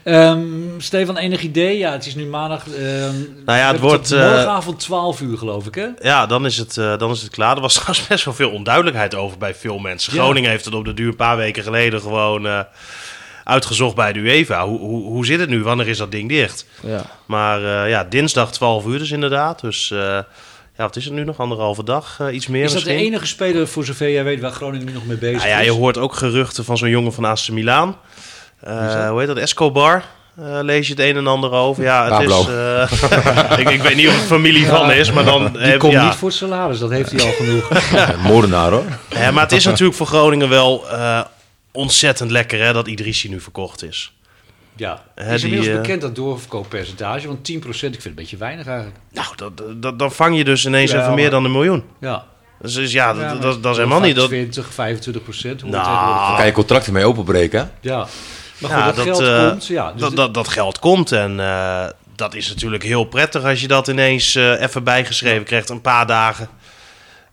S2: Ehm, Stefan, enig idee? Ja, het is nu maandag. ehm, we hebben
S5: Nou wordt,
S2: tot
S5: eh,
S2: morgenavond 12 uur, geloof ik, hè?
S5: Ja, dan is, het, eh, dan is het klaar. Er was trouwens best wel veel onduidelijkheid over bij veel mensen.
S2: Ja.
S5: Groningen heeft het op de duur een paar weken geleden gewoon eh, uitgezocht bij de UEFA. Hoe, hoe, hoe zit het nu? Wanneer is dat ding dicht?
S3: Ja.
S5: Maar eh, ja, dinsdag 12 uur dus inderdaad. Dus eh, ja, wat is het nu nog? Anderhalve dag, eh, iets meer
S2: Is dat de
S5: misschien.
S2: enige speler, voor zover jij weet, waar Groningen nu nog mee bezig
S5: Nou ja, je
S2: is?
S5: hoort ook geruchten van zo'n jongen van AC Milaan. Eh, hoe heet dat? Escobar. Eh, lees je het een en ander over. Ja, het is,
S4: Pablo.
S5: eh, ik, ik weet niet of het familie van is, maar dan...
S2: Die
S5: heb-
S2: komt
S5: eh, ja.
S2: niet voor het salaris, dat heeft hij al genoeg.
S4: Eh, Moordenaar hoor.
S5: Ja, maar het is natuurlijk voor Groningen wel eh, ontzettend lekker hè, dat Idrissi nu verkocht is.
S2: Ja.
S5: Hè,
S2: is
S5: die,
S2: inmiddels
S5: eh,
S2: bekend dat doorverkooppercentage, want 10% ik vind het een beetje weinig eigenlijk.
S5: Nou, dat, dat, dan vang je dus ineens
S2: Ja,
S5: even meer
S2: maar-
S5: dan een miljoen.
S2: Ja.
S5: Dus, dus ja,
S2: Ja,
S5: dat,
S2: maar
S5: dat, dat is helemaal niet... Dat,
S2: 20, 25 procent.
S5: Nou,
S2: Ah.
S4: Dan kan je contracten mee openbreken. hè?
S2: Ja. Maar goed,
S5: ja,
S2: dat,
S5: dat,
S2: geld
S5: eh,
S2: komt. Ja, dus
S5: dat, dat, dat geld komt en eh, dat is natuurlijk heel prettig als je dat ineens eh, even bijgeschreven krijgt. Een paar dagen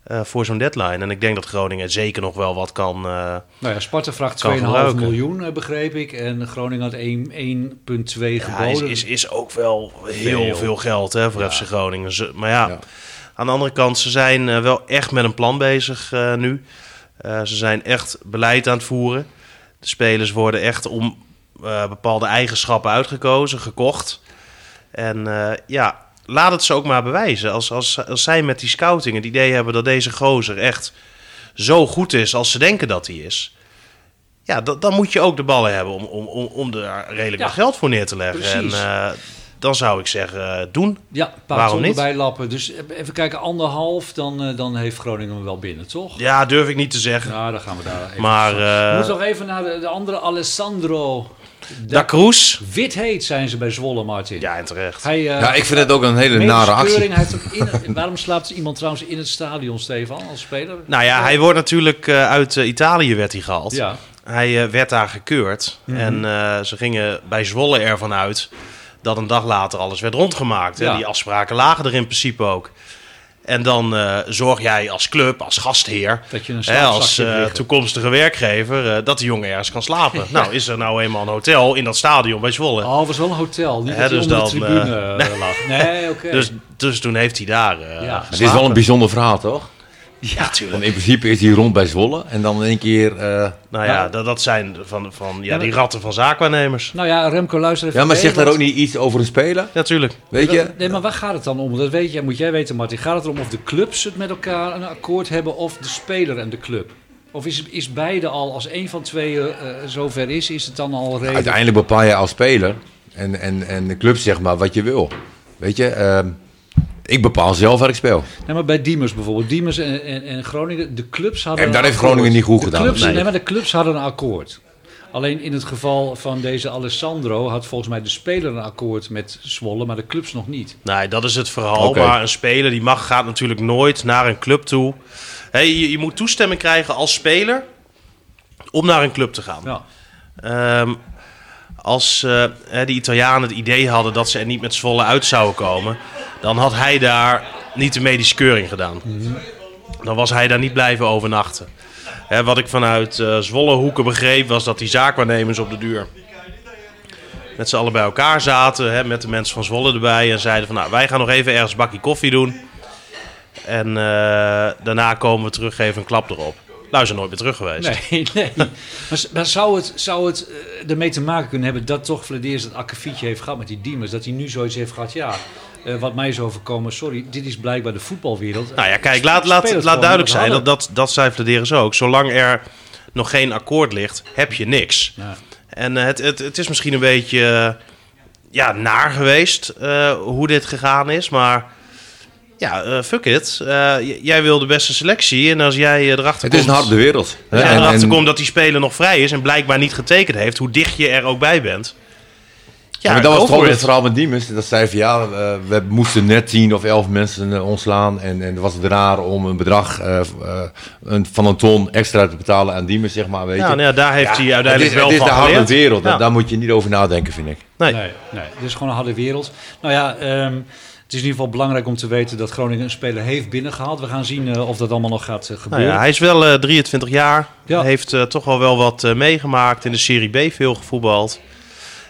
S5: eh, voor zo'n deadline. En ik denk dat Groningen zeker nog wel wat kan... eh,
S2: nou ja, Sparta vraagt
S5: kan
S2: 2,5
S5: gebruiken.
S2: miljoen, eh, begreep ik. En Groningen had 1 1,2
S5: Ja, is,
S2: geboden.
S5: is, is ook wel heel
S4: Veel.
S5: veel, geld hè, voor
S4: Ja.
S5: FC Groningen. Ze- maar ja,
S4: Ja.
S5: aan de andere kant, ze zijn eh, wel echt met een plan bezig eh, nu. Eh, ze zijn echt beleid aan het voeren. De spelers worden echt om eh, bepaalde eigenschappen uitgekozen, gekocht. En eh, ja, laat het ze ook maar bewijzen. Als, als, als zij met die scouting het idee hebben dat deze gozer echt zo goed is als ze denken dat hij is. Ja, dan, dan moet je ook de ballen hebben om, om, om, om er redelijk
S2: Ja,
S5: wat geld voor neer te leggen.
S2: precies.
S5: En eh, dan zou ik zeggen, eh, doen.
S2: Ja, een paar
S5: Waarom
S2: ton
S5: niet?
S2: erbij lappen. Dus eh, even kijken, anderhalf, dan, eh, dan heeft Groningen hem wel binnen, toch?
S5: Ja, durf ik niet te zeggen.
S2: Nou, dan gaan we daar even
S5: maar
S2: op. We
S5: eh
S2: moeten nog even naar de, de andere Alessandro.
S5: Da Cruz?
S2: Wit heet zijn ze bij Zwolle, Martin.
S5: Ja, en terecht.
S2: Hij, eh,
S4: Ja, ik vind het ook een hele
S2: medische
S4: nare actie.
S2: keuring, hij heeft hem in- waarom slaapt iemand trouwens in het stadion, Stefan, als speler? Eh,
S5: Nou ja, hij wordt natuurlijk eh, uit eh, Italië werd hij gehaald.
S2: Ja. Mhm.
S5: Hij eh, werd daar gekeurd. En eh, ze gingen bij Zwolle ervan uit dat een dag later alles werd rondgemaakt. hè.
S2: Ja.
S5: Die afspraken lagen er in principe ook. En dan eh, zorg jij als club, als gastheer,
S2: Dat je een
S5: hè, als
S2: slaapzakje
S5: eh,
S2: hebt liggen.
S5: toekomstige werkgever, eh, dat de jongen ergens kan slapen. Nou, is er nou eenmaal een hotel in dat stadion bij Zwolle.
S2: Oh, het was wel een hotel. Niet
S5: Hè,
S2: dat hij
S5: dus
S2: onder de
S5: dan,
S2: tribune eh, lag. Nee, oké.
S5: Dus, dus toen heeft hij daar. eh,
S2: Ja.
S4: Het is wel een bijzonder verhaal, toch?
S5: Ja, natuurlijk.
S4: Want in principe is hij rond bij Zwolle en dan in één keer... eh,
S5: Nou ja, dat, dat zijn van, van ja, die ratten van zaakwaarnemers.
S2: Nou ja, Remco, luister even
S4: Ja, maar
S2: mee,
S4: zegt daar
S2: want-
S4: ook niet iets over een speler?
S5: Natuurlijk.
S4: Weet je?
S2: Nee, maar waar gaat het dan om? Dat weet jij, moet jij weten, Martin. Gaat het erom of de clubs het met elkaar een akkoord hebben of de speler en de club? Of is, is beide al, als één van tweeën eh, zover is, is het dan al reden?
S4: Uiteindelijk bepaal je als speler en, en, en de club zeg maar wat je wil. Weet je, ehm, ik bepaal zelf waar ik speel.
S2: Nee, maar bij Diemers bijvoorbeeld. Diemers en, en, en Groningen, de clubs hadden.
S4: En
S2: een
S4: daar heeft
S2: akkoord.
S4: Groningen niet goed
S2: De
S4: gedaan.
S2: Clubs, nee.
S4: Nee.
S2: maar de clubs hadden een akkoord. Alleen in het geval van deze Alessandro had volgens mij de speler een akkoord met Zwolle, maar de clubs nog niet.
S5: Nee, dat is het verhaal.
S4: Oké.
S5: Maar een speler die mag, gaat natuurlijk nooit naar een club toe. Hé, je, je moet toestemming krijgen als speler om naar een club te gaan.
S2: Ja.
S5: Ehm, als eh, hè, de Italianen het idee hadden dat ze er niet met Zwolle uit zouden komen, dan had hij daar niet de medische keuring gedaan. Dan was hij daar niet blijven overnachten. Hè, wat ik vanuit eh Zwolle hoeken begreep, was dat die zaakwaarnemers op de duur met z'n allen bij elkaar zaten, hè, met de mensen van Zwolle erbij. En zeiden van, nou, wij gaan nog even ergens een bakje koffie doen. En eh, daarna komen we terug, geven een klap erop. Nou, is er nooit meer terug geweest.
S2: Nee, nee. maar, maar zou het, zou het eh, ermee te maken kunnen hebben dat toch voor het eerst dat akkefietje heeft gehad met die Diemers? Dat hij nu zoiets heeft gehad, ja, eh, wat mij is overkomen, sorry, dit is blijkbaar de voetbalwereld.
S5: Nou ja, kijk, laat, laat,
S2: Spelers
S5: laat
S2: gewoon
S5: duidelijk
S2: wat
S5: zijn, dat,
S2: hadden.
S5: dat, dat zij plederen ze ook. Zolang er nog geen akkoord ligt, heb je niks.
S2: Ja.
S5: En eh, het, het, het is misschien een beetje eh, ja, naar geweest eh, hoe dit gegaan is, maar ja, eh, fuck it. Eh, j- jij wil de beste selectie en als jij eh, erachter
S4: Het
S5: komt...
S4: is een harde wereld. hè?
S5: als jij
S4: En-
S5: erachter
S4: en-
S5: komt dat die speler nog vrij is en blijkbaar niet getekend heeft, hoe dicht je er ook bij bent.
S4: Ja,
S5: Ja,
S4: maar dat was
S5: go
S4: toch
S5: for
S4: ook het
S5: it.
S4: verhaal met Diemers. Dat zei van ja, eh, we moesten net 10 of 11 mensen eh, ontslaan. En, en was het raar om een bedrag eh, v- eh, een, van een ton extra te betalen aan Diemers, zeg maar. Weet
S5: Ja,
S4: je.
S5: nou ja, daar heeft
S4: het
S5: hij
S4: is,
S5: uiteindelijk
S4: het
S5: wel
S4: is de
S5: van
S4: harde
S5: geleerd.
S4: wereld.
S5: Ja.
S4: Daar moet je niet over nadenken, vind ik.
S5: Nee.
S2: Nee, nee, dit is gewoon een harde wereld. Nou ja, ehm, Het is in ieder geval belangrijk om te weten dat Groningen een speler heeft binnengehaald. We gaan zien eh, of dat allemaal nog gaat eh,
S5: Nou
S2: gebeuren.
S5: ja, hij is wel eh, 23 jaar.
S2: Ja.
S5: Heeft eh, toch al wel wat eh, meegemaakt. In de Serie B veel gevoetbald.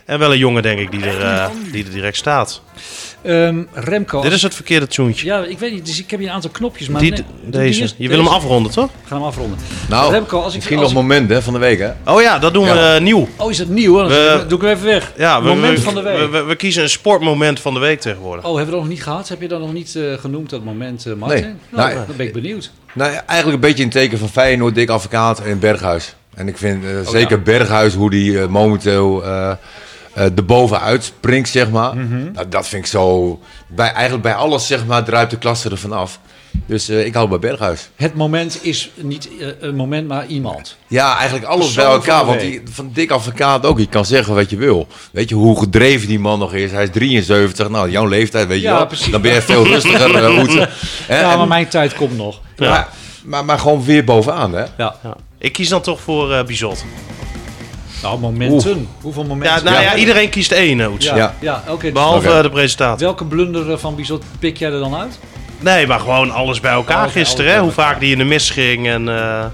S5: En wel een jongen, denk ik, die er, eh, die er direct staat.
S2: Ehm, Remco.
S5: Dit is het verkeerde tuintje.
S2: Ja, ik weet niet. Dus ik heb hier een aantal knopjes. Maar
S5: Die,
S2: nee,
S5: deze.
S2: doe die
S5: Je
S2: eerst-
S5: wil hem
S2: deze.
S5: afronden, toch?
S2: Ik ga hem afronden.
S4: Nou,
S2: Remco, als ik-
S4: misschien
S2: als
S4: nog moment hè, van de week, hè?
S5: Oh ja, dat doen we
S4: Ja.
S5: eh, nieuw.
S2: Oh, is dat nieuw? hoor? Dan
S5: We-
S2: doe ik hem even weg.
S5: Ja, we,
S2: moment
S5: we-
S2: van de week.
S5: We, we- we kiezen een sportmoment van de week
S2: Oh,
S5: tegenwoordig.
S2: hebben we dat nog niet gehad? Heb je dat nog niet eh, genoemd, dat moment, eh, Martin?
S4: Nee.
S2: Nou,
S4: Nee.
S2: Dan ben ik benieuwd.
S4: Nou, ja, eigenlijk een beetje in het teken van Feyenoord, Dick Advocaat en Berghuis. En ik vind eh,
S2: Oh,
S4: zeker Berghuis, hoe die eh, momenteel eh eh erboven uitspringt, zeg maar.
S2: Mhm.
S4: nou, dat vind ik zo... Bij, eigenlijk bij alles, zeg maar, druipt de klasse er vanaf. Dus eh, ik hou bij Berghuis.
S2: Het moment is niet eh, een moment, maar iemand.
S4: Ja, eigenlijk alles bij
S2: Persoon
S4: elkaar.
S2: van de
S4: Want die, van Dick Advocaat ook. Je kan zeggen wat je wil. Weet je hoe gedreven die man nog is. Hij is 73. Nou, jouw leeftijd, weet je
S2: Ja,
S4: wel.
S2: precies.
S4: Dan ben je veel rustiger. eh, Oetse. Hè,
S2: Ja,
S4: en-
S2: maar mijn tijd komt nog.
S4: maar, maar, maar gewoon weer bovenaan, hè?
S2: Ja.
S5: Ik kies dan toch voor eh Bizot.
S2: Nou, momenten. Hoeveel momenten?
S5: Ja, nou ja, iedereen kiest één, Oets.
S2: Ja, ja.
S4: Ja.
S2: oké. dus
S5: Behalve
S4: Oké.
S5: eh, de presentator.
S2: Welke blunder eh, van Bizot pik jij er dan uit?
S5: Nee, maar gewoon alles bij elkaar
S2: Alles-
S5: gisteren.
S2: alles
S5: hè?
S2: bij
S5: Hoe vaak die in de mis ging. En, eh, ja,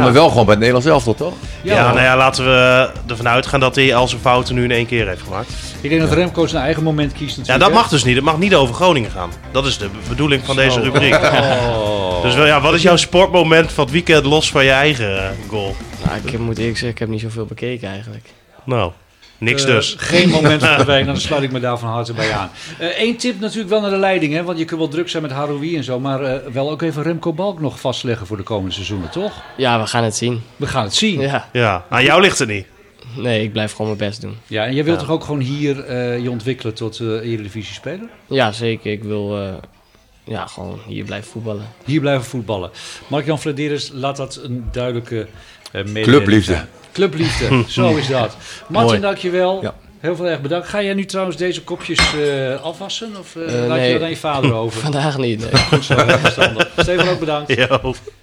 S4: Ja, maar wel gewoon bij het Nederlands elftal, toch?
S5: nou ja, laten we ervan uitgaan dat hij al zijn fouten nu in één keer heeft gemaakt.
S2: Ik denk dat Remco zijn eigen moment kiest
S5: Ja,
S2: natuurlijk.
S5: dat mag dus niet. Het mag niet over Groningen gaan. Dat is de be- bedoeling van deze rubriek. Dus wel, ja, wat is jouw sportmoment van het weekend los van je eigen eh, goal?
S3: Nou, ik heb- moet eerlijk zeggen, ik heb niet zoveel bekeken eigenlijk.
S5: Nou, niks
S2: Eh,
S5: dus.
S2: Geen moment van de week, dan sluit ik me daar van harte bij aan. Eén tip natuurlijk wel naar de leiding, hè? want je kunt wel druk zijn met Haroui en zo, maar eh, wel ook even Remco Balk nog vastleggen voor de komende seizoenen, toch?
S3: Ja, we gaan het zien.
S2: We gaan het zien. Ja,
S3: Ja.
S5: Ja, aan jou ligt het niet.
S3: Nee, ik blijf gewoon mijn best doen.
S2: en jij wilt toch ook gewoon hier eh, je ontwikkelen tot eh Eredivisie-speler?
S3: Ja, zeker. Ik wil eh, ja, gewoon hier blijven voetballen.
S2: Hier blijven voetballen. Mark-Jan Flederis, laat dat een duidelijke eh, mededeling
S4: Clubliefde.
S2: zijn. Clubliefde, zo is dat. Martin,
S5: Mooi.
S2: dankjewel.
S4: Ja.
S2: Heel veel erg bedankt. Ga jij nu trouwens deze kopjes eh, afwassen of eh,
S3: Eh,
S2: laat je
S3: nee.
S2: dat aan je vader over?
S3: Vandaag niet. nee.
S2: Goed zo, heel verstandig. Steven ook bedankt.
S5: Jo.